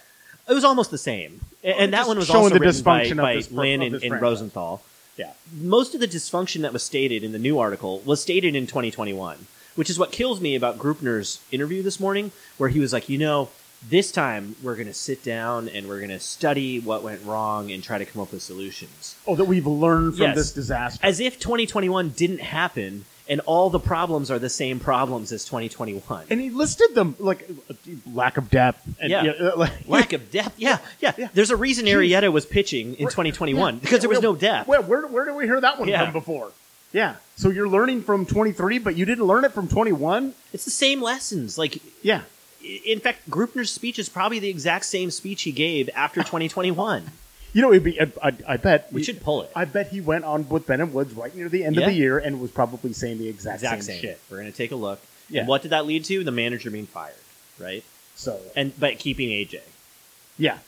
S1: It was almost the same. And,
S2: Well,
S1: and that
S2: just
S1: one was
S2: showing
S1: also
S2: the
S1: written by,
S2: dysfunction of
S1: by
S2: this- of
S1: Lynn and,
S2: this
S1: and
S2: franchise.
S1: Rosenthal.
S2: yeah.
S1: Most of the dysfunction that was stated in the new article was stated in 2021, which is what kills me about Grupner's interview this morning, where he was like, you know, this time we're going to sit down and we're going to study what went wrong and try to come up with solutions.
S2: Oh, that we've learned from
S1: Yes.
S2: this disaster.
S1: As if 2021 didn't happen and all the problems are the same problems as 2021.
S2: and he listed them like uh, lack of depth. And,
S1: Yeah.
S2: uh, like-
S1: Lack of depth. Yeah, yeah.
S2: Yeah.
S1: There's a reason
S2: Jeez.
S1: Arietta was pitching in 2021 because there was
S2: Where-
S1: no depth.
S2: Where, where, where did we hear that one
S1: Yeah.
S2: from before? Yeah. So you're learning from 23, but you didn't learn it from 21?
S1: It's the same lessons. Like,
S2: Yeah.
S1: i- in fact, Grupner's speech is probably the exact same speech he gave after 2021.
S2: You know, it'd be, I, I, I bet.
S1: We should pull it.
S2: I bet he went on with Ben and Woods right near the end
S1: Yeah.
S2: of the year and was probably saying the exact,
S1: exact
S2: same,
S1: same.
S2: shit.
S1: We're gonna take a look.
S2: Yeah.
S1: And what did that lead to? The manager being fired, right?
S2: So,
S1: And but keeping AJ.
S2: yeah.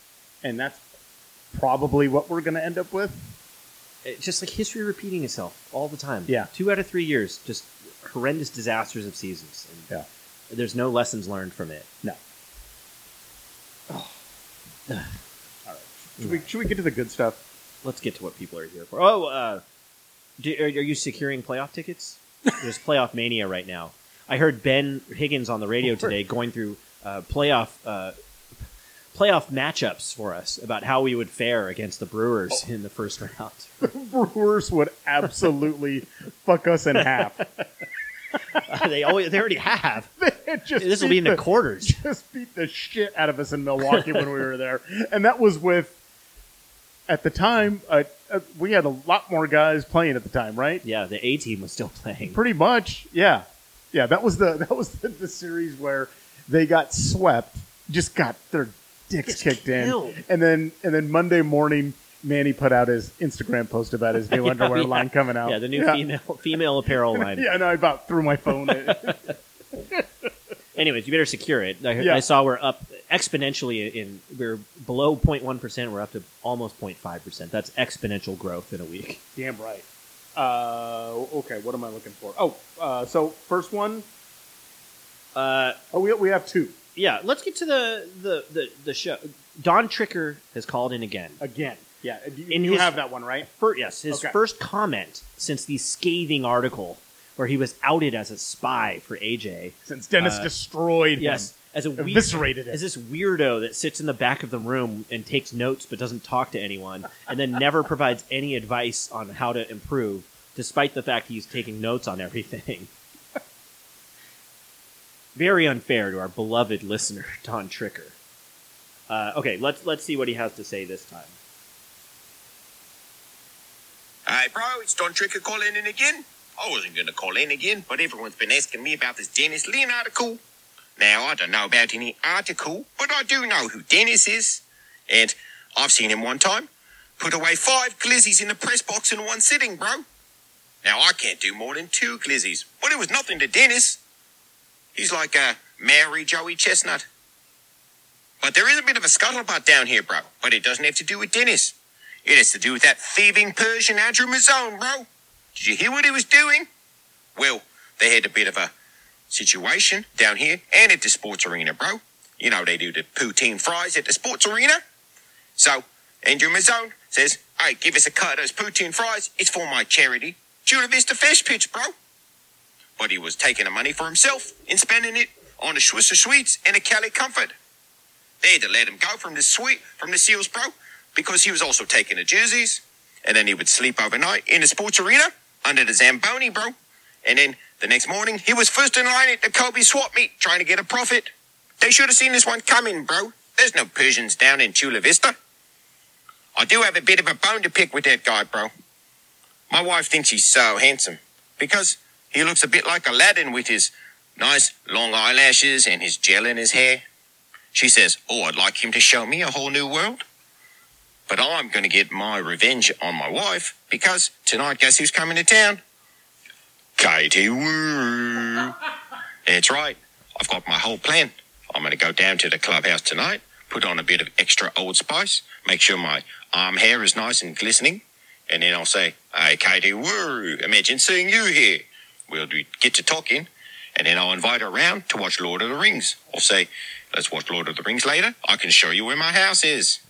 S2: And that's probably what we're going to end up with.
S1: It's just like history repeating itself all the time.
S2: Yeah.
S1: Two out of three years, just horrendous disasters of seasons. And
S2: Yeah.
S1: There's no lessons learned from it.
S2: No. Should, we, should we get to the good stuff?
S1: let's get to what people are here for. Oh, uh, do, are, are you securing playoff tickets? There's playoff mania right now. I heard Ben Higgins on the radio today going through uh, playoff uh, playoff matchups for us about how we would fare against the
S2: Oh.
S1: Brewers in the first round.
S2: Brewers would absolutely fuck us in half.
S1: they always they already have.
S2: They'd just
S1: This will
S2: beat
S1: be in the
S2: the-
S1: quarters.
S2: just beat the shit out of us in Milwaukee when we were there, and that was with. At the time, uh, uh, we had a lot more guys playing at the time, right?
S1: Yeah, the A team was still playing.
S2: Pretty much, yeah, yeah. That was the that was the, the series where they got swept, just got their dicks kicked
S1: killed.
S2: in, and then and then Monday morning, Manny put out his Instagram post about his new underwear
S1: yeah.
S2: line coming out.
S1: Yeah, the new female female apparel line.
S2: Oh, Yeah, no, I about threw my phone. at-
S1: Anyways, you better secure it. I,
S2: Yeah.
S1: I saw we're up exponentially in we're below 0.1 percent. We're up to almost 0.5 percent. That's exponential growth in a week.
S2: Damn right. Uh, okay, what am I looking for? Oh, uh, so first one.
S1: Uh,
S2: Oh, we, we have two
S1: yeah, let's get to the the the, the show. Don Tricker has called in again.
S2: again. Yeah, you,
S1: In
S2: you
S1: his-
S2: have that one right.
S1: Fir- yes, his
S2: Okay.
S1: first comment since the scathing article where he was outed as a spy for AJ.
S2: Since Dennis
S1: Uh,
S2: destroyed
S1: Yes, as a
S2: him,
S1: weird,
S2: eviscerated
S1: as
S2: it.
S1: this weirdo that sits in the back of the room and takes notes but doesn't talk to anyone and then never provides any advice on how to improve despite the fact he's taking notes on everything very unfair to our beloved listener don tricker uh, okay let's let's see what he has to say this time
S4: Hi, bro. It's Don Tricker calling in again. I wasn't going to call in again, but everyone's been asking me about this Dennis Lynn article. Now, I don't know about any article, but I do know who Dennis is. And I've seen him one time put away five glizzies in the press box in one sitting, bro. Now, I can't do more than two glizzies, but it was nothing to Dennis. He's like a Mary Joey Chestnut. But there is a bit of a scuttlebutt down here, bro, but it doesn't have to do with Dennis. It has to do with that thieving Persian Andrew Mazone, bro. Did you hear what he was doing? Well, they had a bit of a situation down here and at the sports arena, bro. You know they do the poutine fries at the sports arena. So Andrew Mazone says, "Hey, give us a cut of those poutine fries. It's for my charity, Chula Vista Fish Pitch, bro." But he was taking the money for himself and spending it on the Swisher Sweets and a Cali Comfort. They had to let him go from the sweet from the Seals, bro because he was also taking the jerseys, and then he would sleep overnight in the sports arena under the Zamboni, bro. And then the next morning, he was first in line at the Kobe swap meet trying to get a profit. They should have seen this one coming, bro. There's no Persians down in Chula Vista. I do have a bit of a bone to pick with that guy, bro. My wife thinks he's so handsome because he looks a bit like Aladdin with his nice long eyelashes and his gel in his hair. She says, Oh, I'd like him to show me a whole new world. But I'm going to get my revenge on my wife because tonight, guess who's coming to town? Katie Woo. That's right. I've got my whole plan. I'm going to go down to the clubhouse tonight, put on a bit of extra Old Spice, make sure my arm hair is nice and glistening, and then I'll say, Hey, Katie Woo, imagine seeing you here. We'll do, get to talking, and then I'll invite her around to watch Lord of the Rings. I'll say, Let's watch Lord of the Rings later. I can show you where my house is.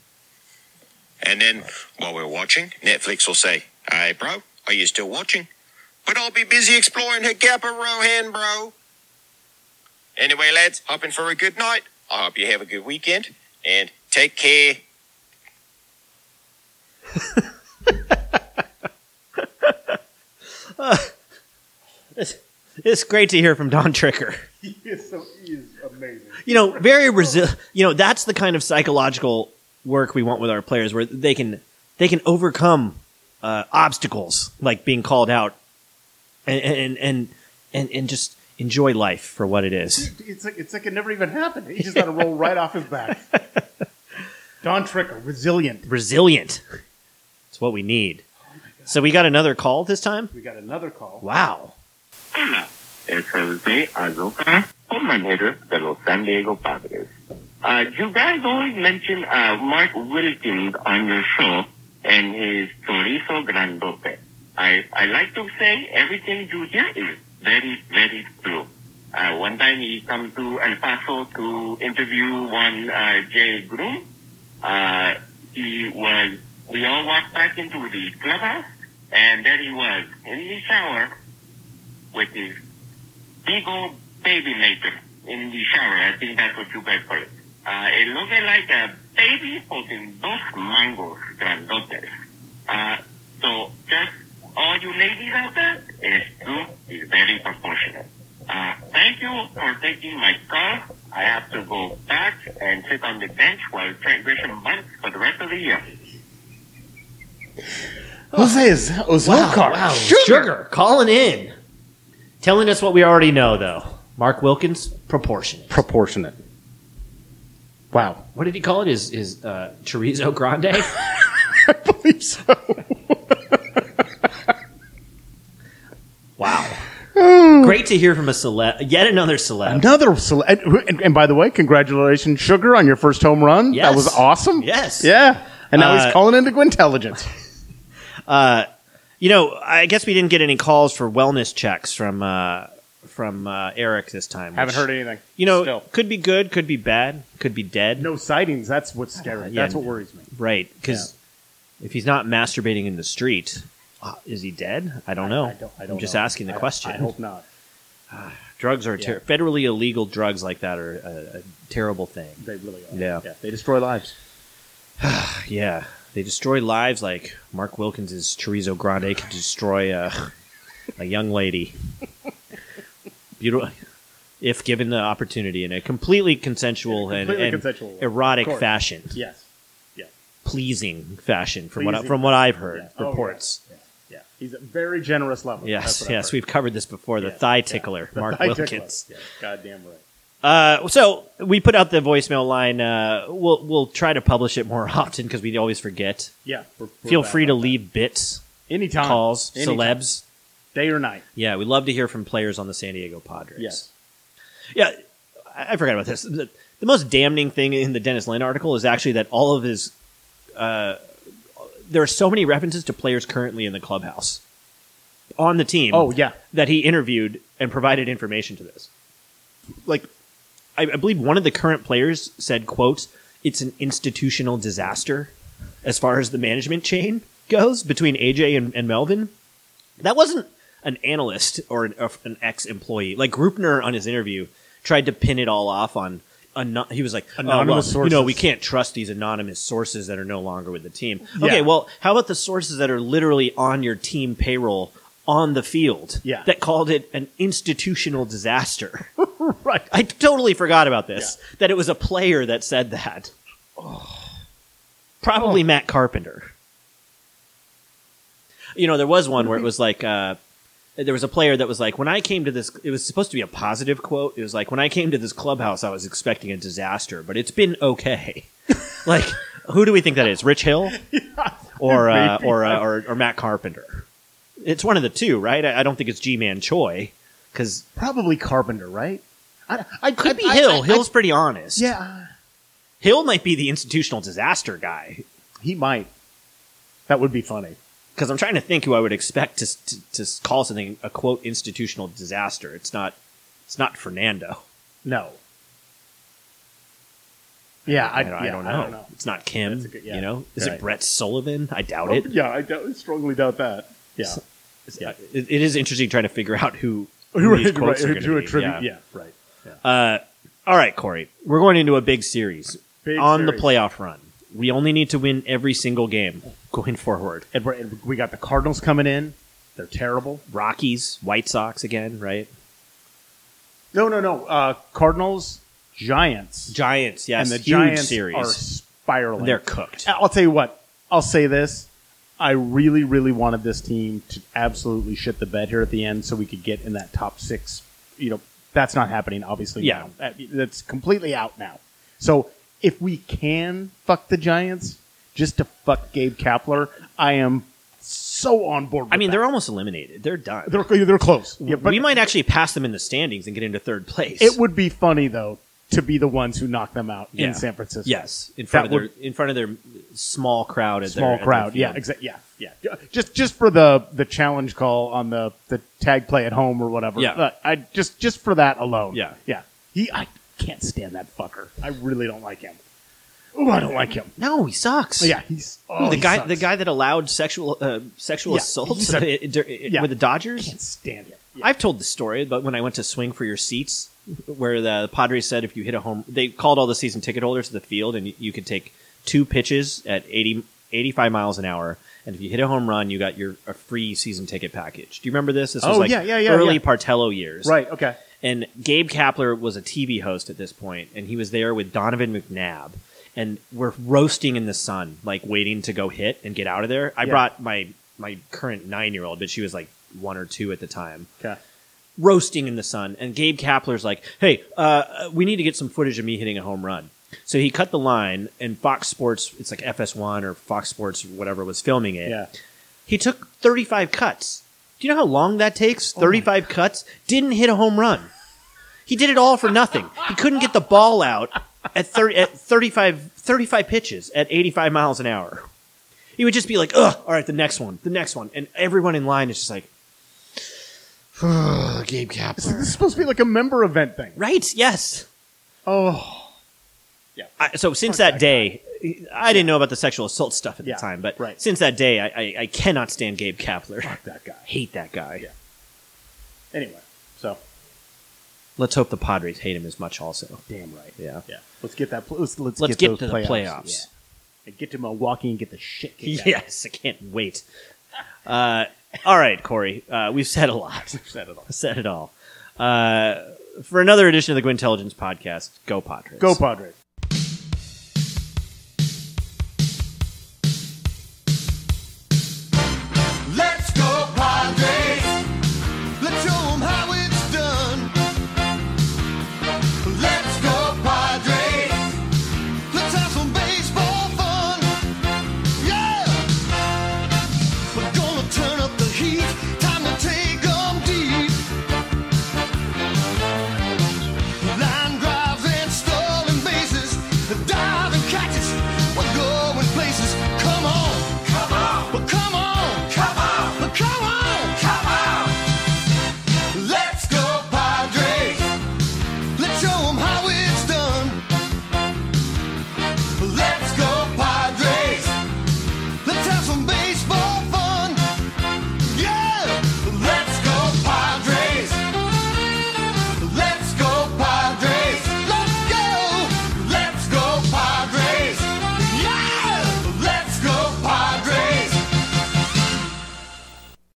S4: And then while we're watching, Netflix will say, Hey, bro, are you still watching? But I'll be busy exploring Hagapa Rohan, bro. Anyway, lads, hoping for a good night. I hope you have a good weekend and take care.
S1: It's, it's great to hear from Don Tricker.
S2: He is, so, he is amazing.
S1: You know, very resi- You know, that's the kind of psychological work we want with our players, where they can they can overcome uh, obstacles like being called out, and and and and, and just enjoy life for what it is.
S2: It's like it's like it never even happened. He just got to roll right off his back. Don Tricker, resilient.
S1: Resilient. It's what we need. So we got another call this time.
S2: We got another call.
S1: Wow.
S5: It's Jose Azoka, manager of the Los San Diego Padres. Uh, you guys always mention uh, Mark Wilkins on your show and his chorizo grandote. I, I like to say everything you hear is very, very true. Uh, one time he come to El Paso to interview one uh, Jay Groom. Uh, he was, we all walked back into the clubhouse and there he was in the shower with his big old baby maker in the shower. I think that's what you guys call it. Uh, it looked like a baby holding dos mangoes grandotes. Uh, so just all you ladies out there, it's true, it's very proportionate. Uh, thank you for taking my call. I have to go back and sit on the bench while Trent Grisham bunts for the rest of the year.
S2: Jose is Ozokar.
S1: Sugar. calling in, telling us what we already know, though. Mark Wilkins, proportion.
S2: Proportionate. Wow.
S1: What did he call it? Is is uh, chorizo grande?
S2: I believe so.
S1: wow. Great to hear from a celeb. Yet another celeb.
S2: Another sele- and, and by the way, congratulations, Sugar, on your first home run.
S1: Yes.
S2: That was awesome.
S1: Yes.
S2: Yeah. And now
S1: Uh,
S2: he's calling into intelligence.
S1: You know, I guess we didn't get any calls for wellness checks from uh, from uh, Eric this time. which,
S2: Haven't heard anything.
S1: You know,
S2: Still.
S1: could be good, could be bad, could be dead.
S2: no sightings. That's what's scary.
S1: Uh, yeah.
S2: That's what worries me.
S1: Right? Because if he's not masturbating in the street, uh, is he dead? I don't know.
S2: I don't. I don't
S1: am just
S2: know.
S1: asking the
S2: I-
S1: question.
S2: I hope not.
S1: drugs are ter- federally illegal drugs like that are a, a terrible thing
S2: They really are.
S1: Yeah.
S2: They destroy lives.
S1: yeah they destroy lives like mark wilkins's chorizo grande could destroy a, a young lady beautiful if given the opportunity in a completely consensual and-
S2: Completely
S1: and,
S2: consensual way. Of
S1: erotic
S2: course.
S1: fashion
S2: Yes.
S1: pleasing fashion from what I,
S2: Pleasing.
S1: from what i've heard
S2: Yeah. Oh, yeah.
S1: reports
S2: Yeah. He's a very generous lover. That's
S1: yes
S2: what I've
S1: yes
S2: heard.
S1: we've covered this before the
S2: Yeah.
S1: thigh
S2: Yeah.
S1: tickler
S2: The
S1: mark
S2: thigh tickler.
S1: wilkins
S2: Yeah. Goddamn right.
S1: Uh, so we put out the voicemail line. Uh, we'll we'll try to publish it more often because we always forget.
S2: Yeah. we're- we're
S1: Feel
S2: back
S1: free to
S2: on that.
S1: leave bits,
S2: anytime
S1: calls,
S2: Anytime.
S1: celebs.
S2: day or night.
S1: Yeah, we love to hear from players on the San Diego Padres.
S2: Yes.
S1: Yeah, I, I forgot about this. The, the most damning thing in the Dennis Lynn article is actually that all of his. Uh, there are so many references to players currently in the clubhouse, on the team.
S2: Oh yeah.
S1: that he interviewed and provided information to this. Like, I, I believe one of the current players said, "quote It's an institutional disaster as far as the management chain goes between AJ and, and Melvin." That wasn't an analyst or an, of an ex-employee. Like Grupner on his interview tried to pin it all off on. Ano- he was like, "Oh, well,
S2: Anonymous
S1: You know,
S2: sources.
S1: we can't trust these anonymous sources that are no longer with the team.
S2: Yeah.
S1: Okay, well, how about the sources that are literally on your team payroll on the field
S2: Yeah.
S1: that called it an institutional disaster?
S2: Right.
S1: I totally forgot about this, that it was a player that said that. Probably
S2: Oh.
S1: Matt Carpenter. You know, there was one where it was like, uh, there was a player that was like, when I came to this, it was supposed to be a positive quote. It was like, when I came to this clubhouse, I was expecting a disaster, but it's been okay. like, who do we think that is? Rich Hill or uh, or, uh, or or Matt Carpenter? It's one of the two, right? I, I don't think it's G Man Choi because
S2: Probably Carpenter, right? I, I
S1: could be
S2: I-
S1: Hill.
S2: I- I-
S1: Hill's pretty honest.
S2: yeah,
S1: Hill might be the institutional disaster guy
S2: he might. That would be funny.
S1: because I'm trying to think who I would expect to, to to call something a quote institutional disaster. It's not it's not Fernando.
S2: No. Yeah, I,
S1: I, don't, I
S2: yeah,
S1: don't know.
S2: I don't know.
S1: It's not Kim.
S2: That's a good- yeah.
S1: You know, is
S2: Right.
S1: it Brett Sullivan? I doubt
S2: Oh,
S1: it.
S2: yeah, I doubt, strongly doubt that. Yeah, yeah.
S1: it. It is interesting trying to figure out who, who
S2: right,
S1: these
S2: right,
S1: quotes are
S2: to
S1: gonna be,
S2: attribute-
S1: yeah.
S2: yeah, right.
S1: Uh, all right, Corey. We're going into a big series
S2: Big
S1: on the
S2: series.
S1: playoff run. We only need to win every single game going forward.
S2: And, we're, and we got the Cardinals coming in. They're terrible.
S1: Rockies, White Sox again, right?
S2: No, no, no. Uh, Cardinals, Giants,
S1: Giants, yes,
S2: and the
S1: huge
S2: Giants are
S1: series.
S2: spiraling.
S1: They're cooked.
S2: I'll tell you what. I'll say this. I really, really wanted this team to absolutely shit the bed here at the end, so we could get in that top six. You know, that's not happening. Obviously,
S1: Yeah.
S2: now. That- that's completely out now. So if we can fuck the Giants just to fuck Gabe Kapler, I am so on board. With
S1: I mean,
S2: that.
S1: they're almost eliminated. They're done.
S2: they're they're close. Yeah, but
S1: we might actually pass them in the standings and get into third place.
S2: it would be funny though to be the ones who knock them out
S1: Yeah.
S2: in San Francisco.
S1: yes, in front
S2: That
S1: of their in front of their small crowd at
S2: small
S1: their,
S2: crowd. yeah, exactly. Yeah, yeah. Just just for the the challenge call on the the tag play at home or whatever.
S1: Yeah.
S2: Uh, I just just for that alone.
S1: Yeah.
S2: yeah. He, I can't stand that fucker. I really don't like him. Oh, I don't like him.
S1: No, he sucks.
S2: Yeah, he's oh,
S1: the
S2: he
S1: guy,
S2: sucks.
S1: the guy that allowed sexual uh, sexual
S2: Yeah,
S1: assault
S2: he's a-
S1: i- dur- i-
S2: yeah.
S1: with the Dodgers.
S2: can't stand him. Yeah.
S1: I've told the story, but when I went to swing for your seats, where the Padres said if you hit a home, they called all the season ticket holders to the field, and you, you could take two pitches at 80, 85 miles an hour, and if you hit a home run, you got your a free season ticket package. Do you remember this? This was
S2: Oh,
S1: like
S2: yeah, yeah, yeah,
S1: early
S2: yeah.
S1: Partello years,
S2: right. Okay.
S1: and Gabe Kapler was a TV host at this point, and he was there with Donovan McNabb, and we're roasting in the sun, like waiting to go hit and get out of there. I
S2: Yeah.
S1: brought my my current nine year old, but she was like one or two at the time,
S2: Okay.
S1: roasting in the sun. And Gabe Kapler's like, "Hey, uh, we need to get some footage of me hitting a home run." So he cut the line, and Fox Sports, it's like FS1 or Fox Sports, whatever, was filming it.
S2: Yeah.
S1: He took 35 cuts. Do you know how long that takes?
S2: Oh
S1: 35 cuts? Didn't hit a home run. He did it all for nothing. He couldn't get the ball out at, 30, at 35, 35 pitches at 85 miles an hour. He would just be like, ugh, all right, the next one, the next one. And everyone in line is just like, "Ugh, Gabe
S2: This, this
S1: Kapler.
S2: is supposed to be like a member event thing.
S1: Right, yes.
S2: Oh,
S1: I, so since that day, I didn't know about the sexual assault stuff at
S2: Yeah,
S1: the time, but
S2: right.
S1: since that day, I, I, I cannot stand Gabe Kapler.
S2: fuck that guy.
S1: Hate that guy.
S2: Anyway, so
S1: Let's hope the Padres hate him as much, also.
S2: damn right.
S1: Yeah.
S2: Yeah. Let's get that. pl- Let's let's,
S1: Let's
S2: get,
S1: get,
S2: those
S1: to the
S2: playoffs.
S1: playoffs.
S2: Yeah. And get to Milwaukee and get the shit kicked out.
S1: Yes, I can't wait. Uh, all right, Corey, uh, we've said a lot.
S2: Set it off.
S1: said it all. Uh, for another edition of the Go Intelligence podcast, go Padres.
S2: Go Padres.